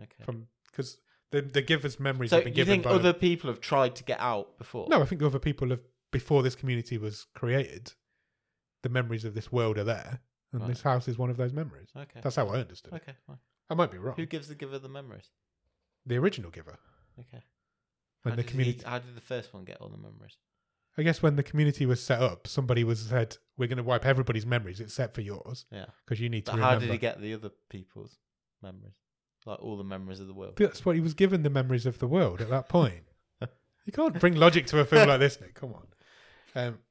B: Okay.
A: from because the the giver's memories
B: so
A: have been
B: you
A: given
B: think
A: by
B: other people have tried to get out before?
A: no, I think other people have before this community was created. The memories of this world are there, and
B: Right.
A: this house is one of those memories.
B: Okay.
A: That's how I understood it.
B: Okay. Fine.
A: I might be wrong.
B: Who gives the giver the memories?
A: The original giver,
B: Okay.
A: when the
B: how did he-
A: community
B: how did the first one get all the memories?
A: I guess when the community was set up, somebody was said, "We're going to wipe everybody's memories except for yours
B: Yeah.
A: because you need to
B: But how
A: remember."
B: did he get the other people's memories? Like all the memories of the world.
A: That's what he was given the memories of the world at that point. you can't bring logic to a film like this, Nick. Come on. Um,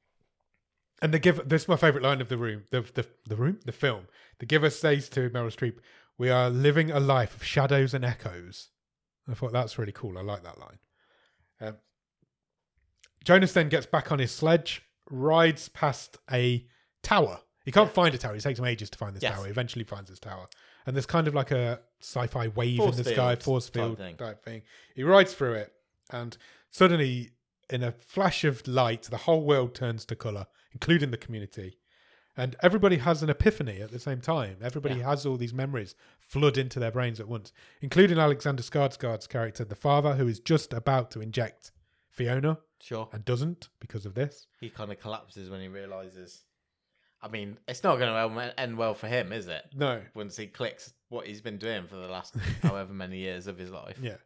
A: and the giver. This is my favorite line of the room. The the the room. The film. The giver says to Meryl Streep, "We are living a life of shadows and echoes." I thought that's really cool. I like that line. Um, Jonas then gets back on his sledge, rides past a tower. He can't find a tower. It takes him ages to find this
B: Yes.
A: tower. He eventually finds this tower. And there's kind of like a sci-fi wave
B: Force
A: in the sky,
B: field
A: force
B: type
A: field
B: thing.
A: type thing. He rides through it, and suddenly, in a flash of light, the whole world turns to color, including the community. And everybody has an epiphany at the same time. Everybody has all these memories flood into their brains at once, including Alexander Skarsgård's character, the father, who is just about to inject Fiona
B: Sure.
A: and doesn't because of this.
B: He kind of collapses when he realizes. I mean, it's not going to end well for him, is it?
A: No,
B: Once he clicks what he's been doing for the last however many years of his life.
A: Yeah.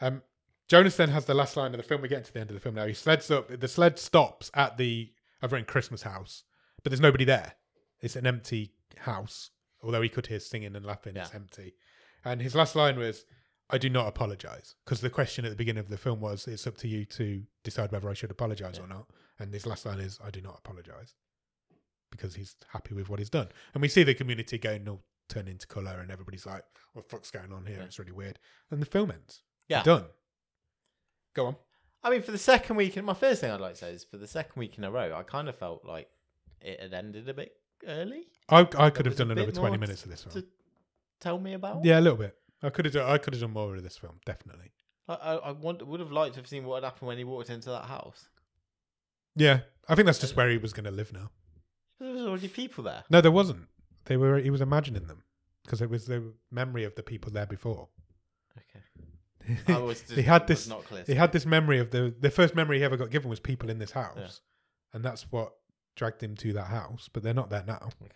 A: Um, Jonas then has the last line of the film. We're getting to the end of the film now. He sleds up. The sled stops at the, I've written Christmas house, but there's nobody there. It's an empty house. Although he could hear singing and laughing, it's
B: Yeah.
A: empty. And his last line was, I do not apologize. Because the question at the beginning of the film was, it's up to you to decide whether I should apologize or not. And his last line is, I do not apologize. Because he's happy with what he's done. And we see the community going all turn into colour and everybody's like, what the fuck's going on here?
B: Yeah.
A: It's really weird. And the film ends.
B: Yeah.
A: Done. Go on.
B: I mean, for the second week, in my first thing I'd like to say is for the second week in a row, I kind of felt like it had ended a bit early
A: I, I could have
B: was a
A: done another
B: bit
A: 20
B: more
A: minutes of this
B: to
A: film.
B: tell me about.
A: Yeah, a little bit. I could have done, I could have done more of this film, definitely.
B: I, I, I want, would have liked to have seen what had happened when he walked into that house.
A: Yeah. I think that's just where he was going to live now.
B: There was already people there.
A: No, there wasn't. They were he was imagining them because it was the memory of the people there before.
B: Okay. I was just,
A: he had
B: was
A: this
B: Not clear.
A: he had this memory of the the first memory he ever got given was people in this house. And that's what dragged him to that house, but they're not there now.
B: okay.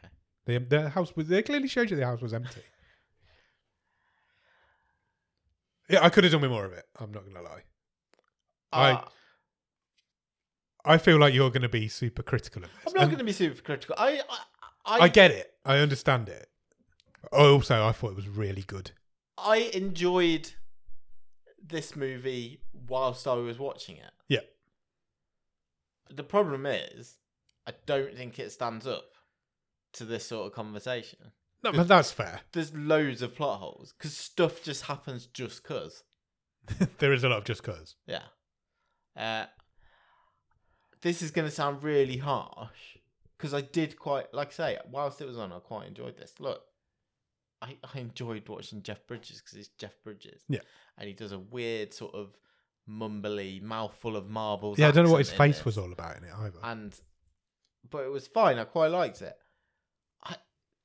A: They, their house was. They clearly showed you the house was empty. yeah, I could have done with more of it. I'm not gonna lie. I-
B: Uh,
A: I feel like you're gonna be super critical of this.
B: I'm not
A: And
B: going to be super critical. I, I, I,
A: I get it. I understand it. I also, I thought it was really good.
B: I enjoyed this movie whilst I was watching it.
A: Yeah.
B: The problem is, I don't think it stands up to this sort of conversation.
A: No, but that's fair.
B: There's loads of plot holes because stuff just happens just because.
A: there is a lot of just cause.
B: Yeah. Uh, this is going to sound really harsh because I did quite, like I say, whilst it was on, I quite enjoyed this. Look, I, I enjoyed watching Jeff Bridges because it's Jeff Bridges.
A: Yeah.
B: And he does a weird sort of mumbly mouthful of marbles.
A: Yeah, I don't know what his
B: accent in
A: face was
B: this.
A: all about in it either.
B: And, but it was fine. I quite liked it. I,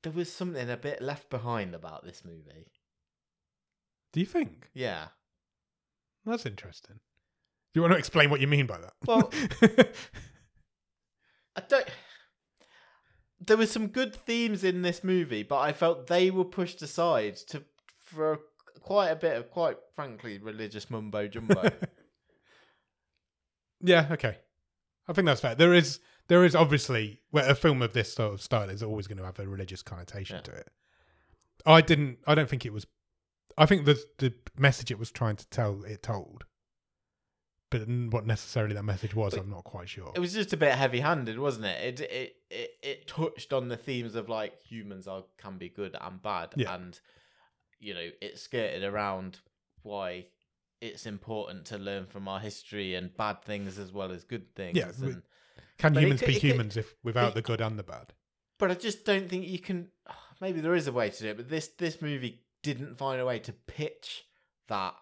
B: there was something a bit left behind about this movie.
A: Do you think?
B: Yeah.
A: That's interesting. Do you want to explain what you mean by that?
B: Well- I don't. There were some good themes in this movie, but I felt they were pushed aside to for quite a bit of, quite frankly, religious mumbo jumbo.
A: yeah, okay. I think that's fair. There is there is obviously well, a film of this sort of style is always going to have a religious connotation
B: Yeah.
A: to it. I didn't I don't think it was I think the the message it was trying to tell it told. But n- what necessarily that message was,
B: But
A: I'm not quite sure.
B: it was just a bit heavy-handed, wasn't it? It it it, it touched on the themes of like humans are can be good and bad,
A: Yeah.
B: and you know it skirted around why it's important to learn from our history and bad things as well as good things.
A: Yeah, we-
B: and-
A: Can
B: but it
A: humans
B: could-
A: be
B: it could-
A: humans if without
B: it-
A: the good and the bad?
B: But I just don't think you can. Maybe there is a way to do it, but this this movie didn't find a way to pitch that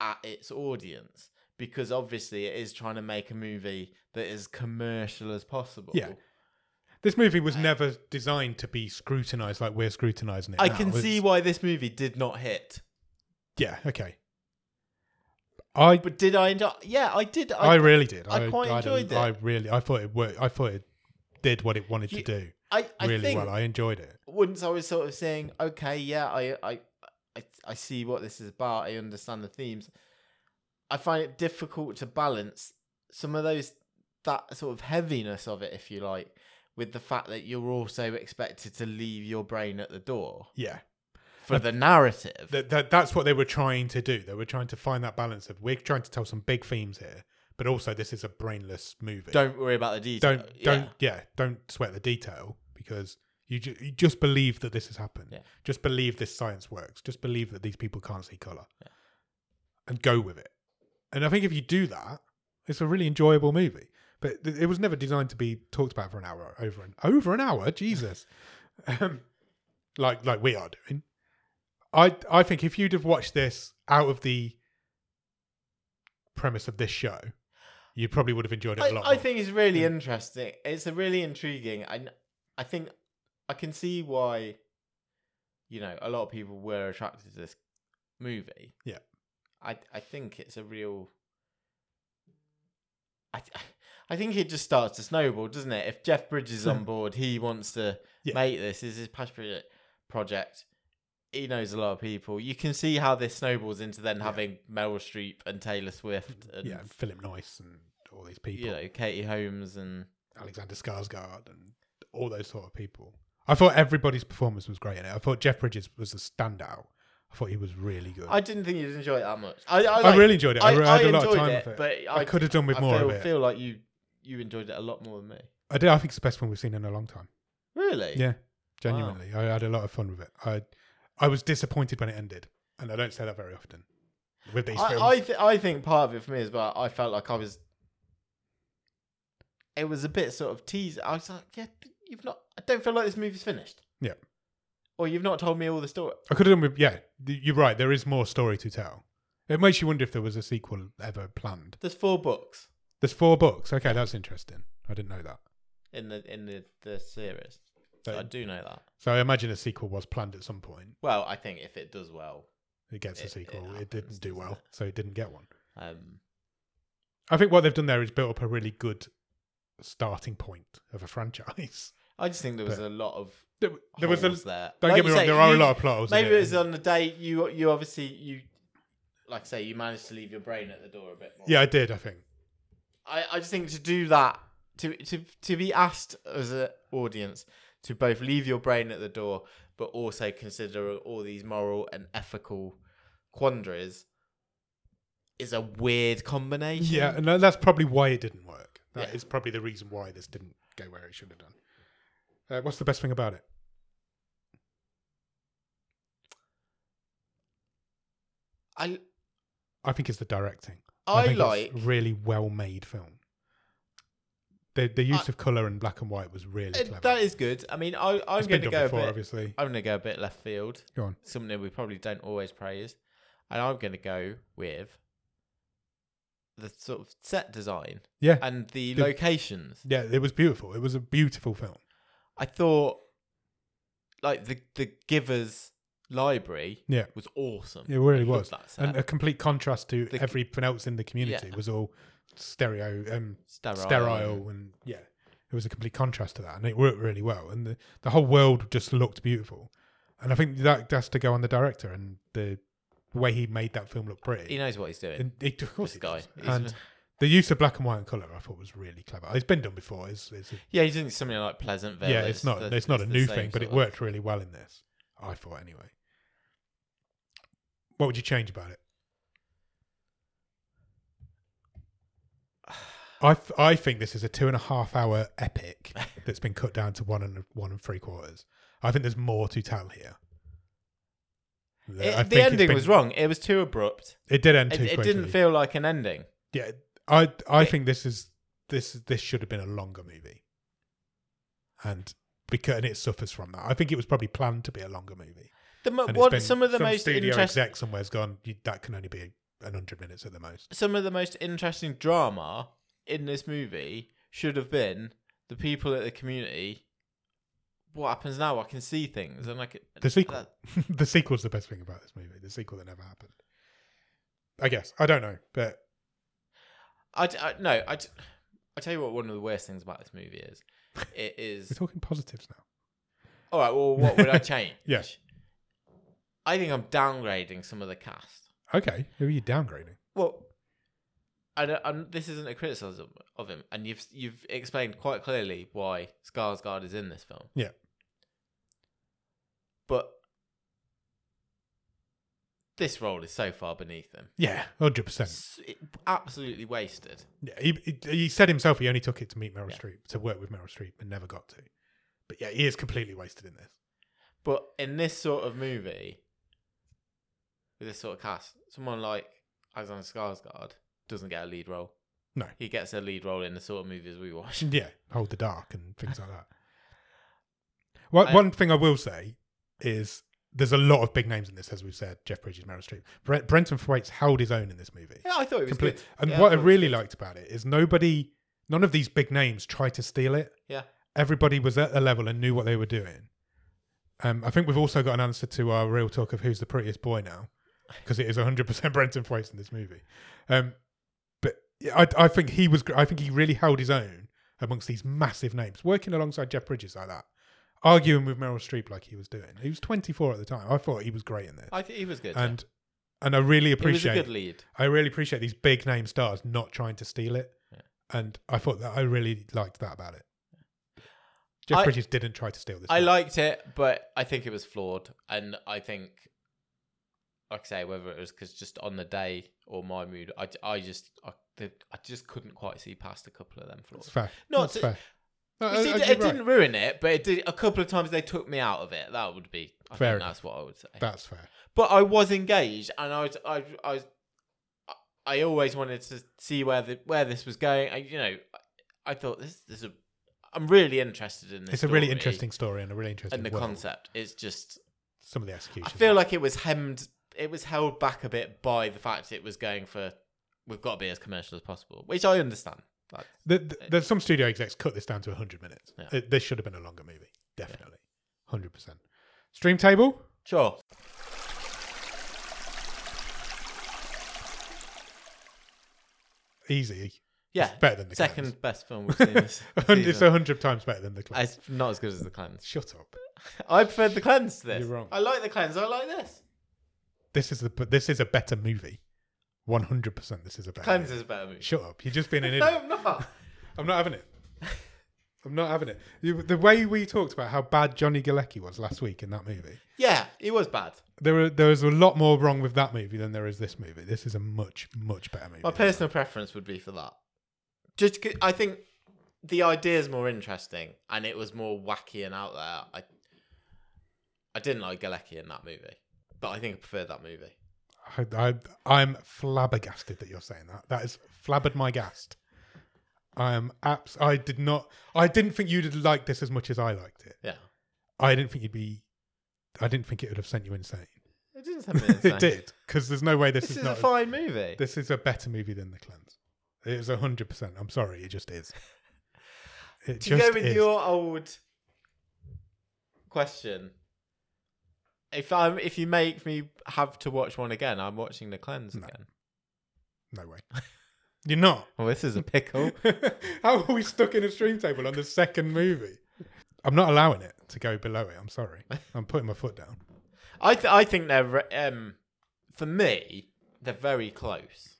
B: at its audience because obviously it is trying to make a movie that is commercial as possible.
A: Yeah. This movie was never designed to be scrutinized like we're scrutinizing it.
B: I
A: now.
B: can
A: It's-
B: see why this movie did not hit.
A: Yeah, okay. I
B: But did I enjoy? Yeah, I did.
A: I,
B: I
A: really did.
B: I quite enjoyed it.
A: I really, I thought it worked. I thought it did what it wanted
B: You-
A: to do
B: I, I
A: really
B: think
A: well. I enjoyed it.
B: once I was sort of saying, okay, yeah, I, I, I, I see what this is about. I understand the themes. I find it difficult to balance some of those that sort of heaviness of it, if you like, with the fact that you're also expected to leave your brain at the door
A: Yeah,
B: for the narrative.
A: that, that that's what they were trying to do. They were trying to find that balance of we're trying to tell some big themes here, but also this is a brainless movie.
B: don't worry about the detail.
A: don't
B: Yeah.
A: don't yeah, don't sweat the detail because you, ju- you just believe that this has happened.
B: Yeah.
A: Just believe this science works. Just believe that these people can't see color, and go with it. And I think if you do that, it's a really enjoyable movie. But th- it was never designed to be talked about for an hour, over and over an hour. Jesus, um, like like we are doing. I I think if you'd have watched this out of the premise of this show, you probably would have enjoyed it a
B: I,
A: lot.
B: I
A: more.
B: think it's really interesting. It's a really intriguing, and I think I can see why, you know, a lot of people were attracted to this movie.
A: Yeah.
B: I I think it's a real. I I think it just starts to snowball, doesn't it? If Jeff Bridges is on board, he wants to
A: Yeah.
B: make this. This is his passion project- project. He knows a lot of people. You can see how this snowballs into then having Meryl Streep and Taylor Swift and
A: Mm, yeah, and Philip Noyce and all these people,
B: you know, Katie Holmes and
A: Alexander Skarsgård and all those sort of people. I thought everybody's performance was great in it. I thought Jeff Bridges was a standout. I thought he was really good.
B: I didn't think you'd enjoy it that much. I, I,
A: I
B: like-
A: really enjoyed it. I, re- had a lot of
B: enjoyed
A: time with it.
B: but
A: I,
B: I,
A: could have done with
B: I
A: more
B: feel,
A: of it.
B: feel like you you enjoyed it a lot more than me.
A: I did. I think it's the best one we've seen in a long time.
B: Really?
A: Yeah, genuinely, I had a lot of fun with it. I I was disappointed when it ended, and I don't say that very often with these
B: I
A: films.
B: I, th- I think part of it for me is, well, I felt like I was. It was a bit sort of tease. I was like, yeah, you've not. I don't feel like this movie's finished.
A: Yeah.
B: Or you've not told me all the story.
A: I could have done with yeah. th- You're right. There is more story to tell. It makes you wonder if there was a sequel ever planned.
B: There's four books
A: There's four books. Okay, that's interesting. I didn't know that.
B: in the in the, the series.
A: So,
B: I do know that.
A: so I imagine a sequel was planned at some point.
B: Well, I think if it does well,
A: It gets
B: It-
A: a
B: it
A: sequel. It,
B: happens,
A: didn't do
B: doesn't
A: well,
B: it?
A: so it didn't get one.
B: um,
A: I think what they've done there is built up a really good starting point of a franchise.
B: I just think there was
A: But-
B: a lot of
A: There, there was a.
B: holes there.
A: Don't
B: Like
A: get me
B: you
A: wrong.
B: say,
A: there are
B: you-
A: a lot of plot holes. in
B: Maybe
A: it
B: it was
A: and-
B: on the day you you obviously you like I say you managed to leave your brain at the door a bit more.
A: yeah, I did. I think.
B: I, I just think to do that to to to be asked as an audience to both leave your brain at the door but also consider all these moral and ethical quandaries is a weird combination.
A: Yeah, and tha- that's probably why it didn't work. That is
B: Yeah.
A: probably the reason why this didn't go where it should have done. Uh, what's the best thing about it?
B: I
A: I think it's the directing.
B: I,
A: think it's
B: like.
A: a really well made film. The the use of color and black and white was really
B: uh,
A: clever.
B: that is good. I mean, I, I'm
A: it's been
B: going to
A: done
B: go
A: before,
B: a bit.
A: obviously.
B: I'm going to go a bit left field.
A: Go on.
B: Something that we probably don't always praise, and I'm going to go with the sort of set design
A: Yeah,
B: and the
A: The-
B: locations.
A: yeah, it was beautiful. It was a beautiful film.
B: I thought like the the givers library
A: Yeah.
B: was awesome.
A: It really
B: I loved
A: was,
B: that set.
A: and a complete contrast to
B: The-
A: everything else in the community
B: Yeah.
A: was all stereo, um,
B: sterile.
A: sterile, and yeah, it was a complete contrast to that, and it worked really well. And the, the whole world just looked beautiful, and I think that has to go on the director and the way he made that film look pretty.
B: He knows what he's doing.
A: And it, of course,
B: this
A: it
B: guy.
A: does.
B: He's-
A: And the use of black and white and color, I thought, was really clever. It's been done before. It's, it's a,
B: yeah, he's doing something like Pleasantville.
A: yeah, it's not
B: the-
A: it's not a
B: the
A: new
B: same
A: thing, but
B: sort
A: it
B: of-
A: worked really well in this. I thought anyway. What would you change about it? I th- I think this is a two and a half hour epic that's been cut down to one and one and three quarters. I think there's more to tell here.
B: It-
A: I
B: the
A: think it's
B: ending
A: been-
B: was wrong. It was too abrupt.
A: It did end
B: It,
A: too
B: it
A: quickly.
B: didn't feel like an ending.
A: Yeah, I I
B: It-
A: think this is this this should have been a longer movie, and because and it suffers from that. I think it was probably planned to be a longer movie.
B: The mo-
A: And it's
B: one,
A: been-
B: some of the
A: some
B: most
A: studio
B: interesting,
A: exec somewhere's gone. You, that can only be an hundred minutes at the most.
B: some of the most interesting drama in this movie should have been the people at the community. What happens now? I can see things, and I can
A: The sequel.
B: that-
A: the sequel's the best thing about this movie. The sequel that never happened. I guess I don't know, but
B: I, d- I- no, I, d- I tell you what. One of the worst things about this movie is, it
A: we're
B: is.
A: talking positives now.
B: all right. Well, what would I change?
A: Yeah.
B: I think I'm downgrading some of the cast.
A: Okay, who are you downgrading?
B: Well, I don't, I'm, this isn't a criticism of him, and you've you've explained quite clearly why Skarsgård is in this film.
A: Yeah.
B: But this role is so far beneath him.
A: Yeah, hundred percent.
B: S- it- absolutely wasted.
A: Yeah, he, he he said himself he only took it to meet Meryl
B: Yeah.
A: Streep to work with Meryl Streep and never got to. But yeah, he is completely wasted in this.
B: But in this sort of movie, with this sort of cast, someone like Alexander Skarsgård doesn't get a lead role.
A: No.
B: He gets a lead role in the sort of movies we watch.
A: Yeah, hold the dark and things like that. Well,
B: I-
A: one thing I will say is there's a lot of big names in this, as we've said. Jeff Bridges, Meryl Streep, Brent, Brenton Thwaites held his own in this movie.
B: Yeah, I thought it was
A: Complete-
B: good.
A: And
B: Yeah,
A: what I
B: thought it was
A: really
B: good.
A: liked about it is nobody, none of these big names tried to steal it.
B: Yeah.
A: Everybody was at their level and knew what they were doing. Um, I think we've also got an answer to our real talk of who's the prettiest boy now, because it is 100% Brenton Thwaites in this movie. Um, but yeah, I, I think he was, gr- I think he really held his own amongst these massive names, working alongside Jeff Bridges like that, arguing with Meryl Streep like he was doing. He was 24 at the time. I thought he was great in this,
B: I think he was good.
A: and and I really
B: yeah. he was a
A: appreciate
B: good lead.
A: I really appreciate these big name stars not trying to steal it. And I thought that I really liked that about it. Jeff
B: I-
A: Bridges didn't try to steal this.
B: I
A: film.
B: liked it, but I think it was flawed. And I think, like I say, whether it was because just on the day or my mood, I, I just I, the, I just couldn't quite see past a couple of them flaws.
A: It's fair.
B: Not
A: That's
B: to-
A: fair. No,
B: You
A: I-
B: see,
A: I-
B: it
A: you're right.
B: didn't ruin it, but it did. A couple of times they took me out of it. That would be. I
A: Fair
B: think
A: enough.
B: that's what I would say.
A: That's fair.
B: but I was engaged, and I was, I, I was, I always wanted to see where the where this was going. I, you know, I thought this this is a. I'm really interested in this.
A: It's a really
B: story
A: interesting story and a really interesting
B: and the
A: world.
B: concept. It's just.
A: Some of the
B: I
A: execution.
B: feel like it was hemmed. It was held back a bit by the fact it was going for. We've got to be as commercial as possible, which I understand. Like,
A: The, the, there's some studio execs cut this down to 100 minutes.
B: Yeah.
A: It, this should have been a longer movie. Definitely. 100%. Stream table?
B: sure.
A: Easy.
B: Yeah.
A: better than The
B: Second
A: Clans.
B: best film we've seen this
A: it's
B: season.
A: 100 times better than The Clans.
B: It's not as good as the cleanse.
A: Shut up.
B: I preferred the cleanse to this.
A: You're wrong.
B: I like the cleanse. I like this.
A: This is the this is a better movie. 100% this is a better
B: Cleanse
A: movie.
B: is a better movie.
A: Shut up. You're just being an
B: No,
A: idiot.
B: I'm not.
A: I'm not having it. I'm not having it. You, the way we talked about how bad Johnny Galecki was last week in that movie,
B: Yeah, it was bad.
A: there were there was a lot more wrong with that movie than there is this movie. This is a much much better movie.
B: My personal preference would be for that. Just, 'cause I think the idea is more interesting, and it was more wacky and out there. I, I didn't like Galecki in that movie, but I think I preferred that movie.
A: I, I, am flabbergasted that you're saying that. That is flabbered my gast. I am abs. I did not. I didn't think you'd like this as much as I liked it.
B: Yeah.
A: I didn't think you'd be. I didn't think it would have sent you insane.
B: It didn't sound insane.
A: it did because there's no way this,
B: This is,
A: not.
B: a fine movie.
A: this is a better movie than the cleanse. It is hundred percent. I'm sorry, it just is. It
B: to
A: just
B: go with
A: is.
B: your old question, if I'm if you make me have to watch one again, I'm watching the cleanse
A: No.
B: again.
A: no way. You're not.
B: Well, this is a pickle.
A: How are we stuck in a stream table on the second movie? I'm not allowing it to go below it. I'm sorry. I'm putting my foot down.
B: I th- I think they're re- um, for me they're very close.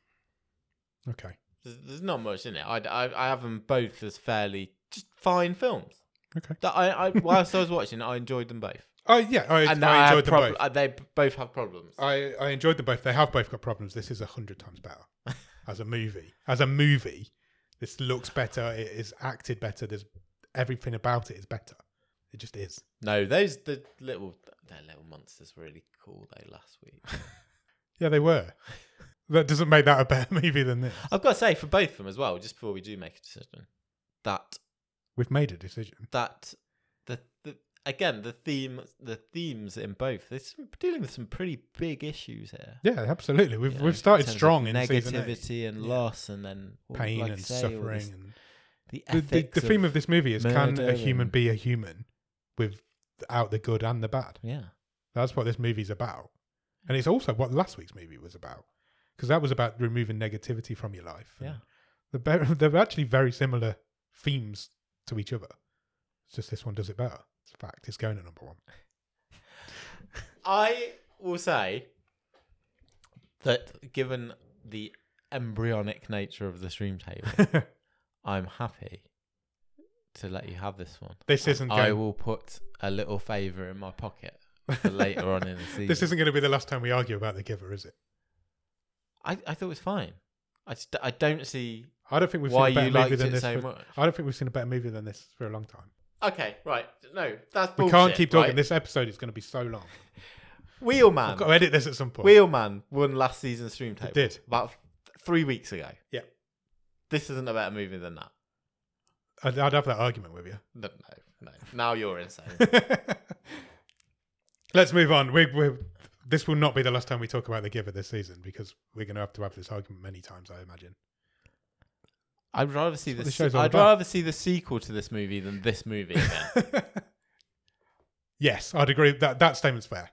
A: Okay.
B: There's, there's not much in it. I, I I have them both as fairly just fine films.
A: Okay.
B: That I, I whilst I was watching, I enjoyed them both.
A: Oh yeah, I,
B: And
A: I
B: have
A: enjoyed them
B: prob-
A: both. Uh.
B: uh, They b- both have problems.
A: I, I enjoyed them both. They have both got problems. This is a hundred times better as a movie. As a movie, this looks better. It is acted better. There's everything about it is better. It just is.
B: No, those the little their little monsters were really cool though last week.
A: Yeah, they were. That doesn't make that a better movie than this.
B: I've got to say for both of them as well. Just before we do make a decision, that
A: We've made a decision.
B: that the, the again the theme the themes in both. They're some- dealing with some pretty big issues here.
A: Yeah, absolutely. We've
B: you know,
A: we've started
B: terms of
A: strong in season
B: negativity
A: eight.
B: and
A: Yeah.
B: loss, and then all-
A: Pain
B: like I
A: and
B: say, all
A: suffering.
B: this-
A: and
B: the,
A: the, the,
B: ethics
A: the theme of this movie is: Can a
B: murder
A: human
B: and-
A: be a human without the good and the bad?
B: yeah.
A: That's what this movie's about. And it's also what last week's movie was about. Because that was about removing negativity from your life.
B: Yeah.
A: The be- they're actually very similar themes to each other. It's just this one does it better. It's a fact. It's going to number one.
B: I will say that given the embryonic nature of the stream table, I'm happy to let you have this one.
A: This isn't
B: I
A: going
B: will put a little favour in my pocket for later on in the season.
A: this isn't going to be the last time we argue about the giver, is it?
B: I, I thought it was fine. I, just, I don't see
A: I don't think we've
B: why
A: seen a
B: you
A: better movie
B: liked
A: than
B: it
A: this.
B: so
A: for-
B: much.
A: I don't think we've seen a better movie than this for a long time.
B: Okay, right. No, that's
A: We
B: bullshit.
A: can't keep talking.
B: right? Um,
A: This episode is going to be so long.
B: Wheelman.
A: I've got to edit this at some point.
B: Wheelman won last season's stream table.
A: did.
B: About th- three weeks ago.
A: Yeah.
B: This isn't a better movie than that.
A: I'd, I'd have that argument with you.
B: No, no, no. Now you're insane.
A: Let's move on. We, we, this will not be the last time we talk about the giver this season because we're going to have to have this argument many times, I imagine.
B: I'd rather see the,
A: the
B: se-
A: show's all
B: I'd
A: about.
B: rather see the sequel to this movie than this movie again.
A: yes, I'd agree. That that statement's fair.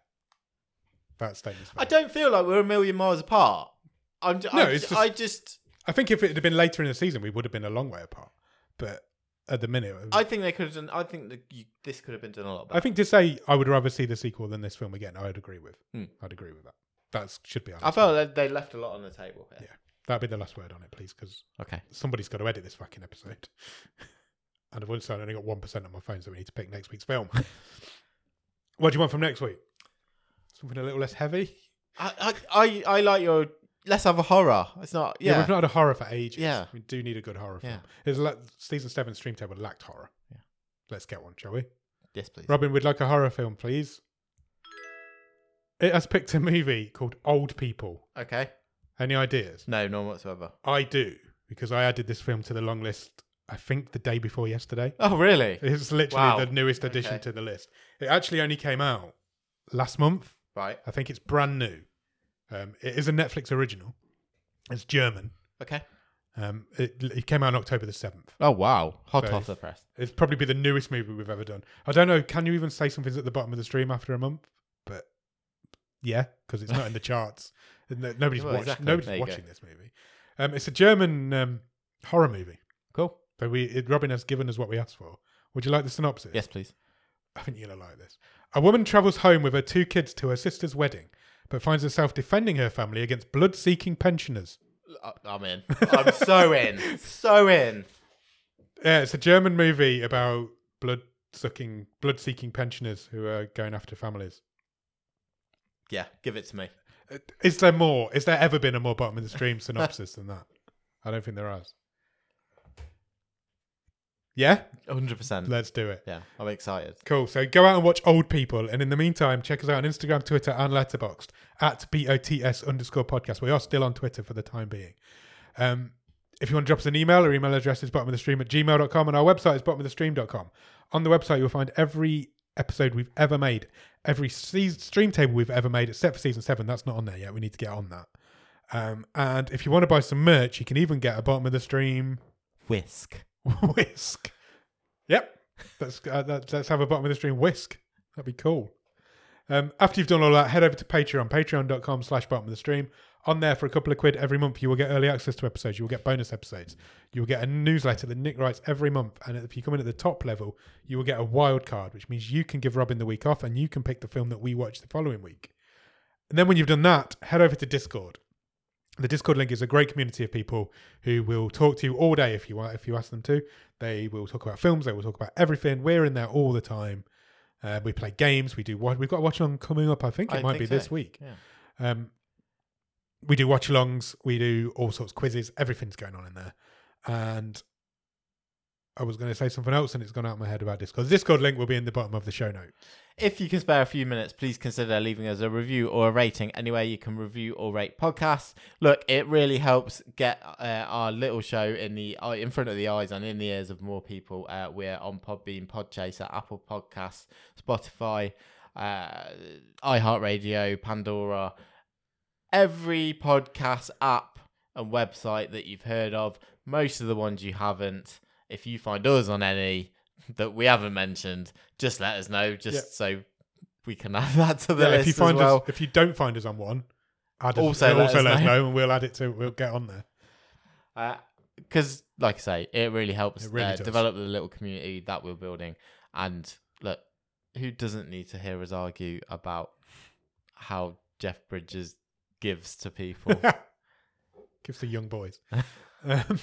A: That statement's fair.
B: I don't feel like we're a million miles apart. I'm j-
A: No,
B: I'm
A: it's
B: j-
A: just-
B: I just
A: I think if it had been later in the season, we would have been a long way apart. But at the minute,
B: I think they could have done. I think that you, this could have been done a lot better.
A: I think to say I would rather see the sequel than this film again, I'd agree with.
B: Hmm.
A: I'd agree with that. That should be. Our
B: I
A: last
B: felt
A: word.
B: that they left a lot on the table here.
A: Yeah. That'd be the last word on it, please, because
B: Okay.
A: somebody's got to edit this fucking episode. And I've also only got 1% on my phone, so we need to pick next week's film. what do you want from next week? Something a little less heavy?
B: I, I, I, I like your. Let's have a horror. It's not. Yeah.
A: We've not had a horror for ages.
B: Yeah.
A: We do need a good horror film.
B: Yeah.
A: It's like season 7 stream table lacked horror.
B: Yeah.
A: Let's get one, shall we?
B: yes, please.
A: Robin, we'd like a horror film, please. It has picked a movie called Old People.
B: Okay.
A: Any ideas?
B: No, none whatsoever.
A: I do, because I added this film to the long list, I think the day before yesterday.
B: Oh, really?
A: It's literally
B: Wow.
A: the newest addition
B: Okay.
A: to the list. It actually only came out last month.
B: Right.
A: I think it's brand new. Um, it is a Netflix original. It's German.
B: Okay.
A: Um, it, it came out on October the 7th.
B: Oh, wow. Hot
A: Very-
B: off the press.
A: It's probably be the newest movie we've ever done. I don't know. Can you even say something's at the bottom of the stream after a month? But yeah, because it's not in the charts. No- nobody's
B: Well,
A: watched,
B: exactly. There
A: nobody's
B: you go.
A: watching this movie. Um, it's a German um, horror movie.
B: Cool.
A: So we, it, Robin has given us what we asked for. Would you like the synopsis?
B: Yes, please.
A: I think you're gonna like this. A woman travels home with her two kids to her sister's wedding, but finds herself defending her family against blood seeking pensioners.
B: I- Oh, I'm in. I'm so in. So in.
A: Yeah, it's a German movie about blood sucking, blood seeking pensioners who are going after families.
B: Yeah. Give it to me.
A: Uh, Is there more? Is there ever been a more bottom of the stream synopsis than that? I don't think there has. Yeah?
B: 100%.
A: Let's do it.
B: Yeah, I'm excited.
A: Cool. So go out and watch Old People. And in the meantime, check us out on Instagram, Twitter, and Letterboxd at BOTS underscore podcast. We are still on Twitter for the time being. Um, if you want to drop us an email, our email address is bottom of the stream at gmail.com and our website is bottom of the stream.com. On the website, you'll find every episode we've ever made, every season, stream table we've ever made, except for season seven. That's not on there yet. We need to get on that. Um, and if you want to buy some merch, you can even get a bottom of the stream
B: Whisk.
A: whisk. Yep. Let's uh, let's, let's have a bottom of the stream whisk. That'd be cool. Um, after you've done all that, head over to Patreon, patreon.com slash bottom of the stream. On there for a couple of quid every month, you will get early access to episodes. You will get bonus episodes. You will get a newsletter that Nick writes every month. And if you come in at the top level, you will get a wild card, which means you can give Robin the week off and you can pick the film that we watch the following week. And then when you've done that, head over to Discord. The Discord link is a great community of people who will talk to you all day if you want, if you ask them to. They will talk about films. They will talk about everything. We're in there all the time. Uh, we play games. We do what we've got a watch along coming up. I think it
B: I
A: might
B: think
A: be
B: so.
A: this week.
B: Yeah.
A: Um, we do watch alongs. We do all sorts of quizzes. Everything's going on in there. And I was going to say something else, and it's gone out of my head about Discord. The Discord link will be in the bottom of the show notes.
B: If you can spare a few minutes, please consider leaving us a review or a rating anywhere you can review or rate podcasts. Look, it really helps get uh, our little show in the eye in front of the eyes and in the ears of more people. Uh, we're on Podbean, Podchaser, Apple Podcasts, Spotify, uh, iHeartRadio, Pandora, every podcast app and website that you've heard of. Most of the ones you haven't. If you find us on any that we haven't mentioned, just let us know, just
A: Yeah.
B: so we can add that to the
A: Yeah,
B: list
A: if you
B: as
A: find
B: well.
A: us, if you don't find us on one, add us, uh,
B: Also
A: also,
B: let us
A: let us
B: know.
A: know, and we'll add it to. We'll get on there.
B: because Uh, like i say it really helps
A: It really
B: uh,
A: does.
B: develop the little community that we're building and look who doesn't need to hear us argue about how jeff bridges gives to people
A: Gives the young boys. um,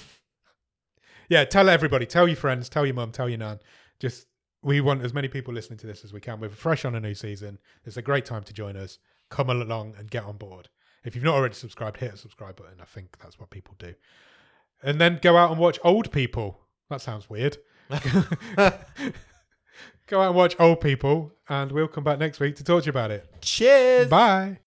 A: yeah, tell everybody, tell your friends, tell your mum, tell your nan. Just we want as many people listening to this as we can. We're fresh on a new season. It's a great time to join us. Come along and get on board. If you've not already subscribed, hit the subscribe button. I think that's what people do. And then go out and watch old people. That sounds weird. go out and watch old people, and we'll come back next week to talk to you about it.
B: cheers
A: Bye.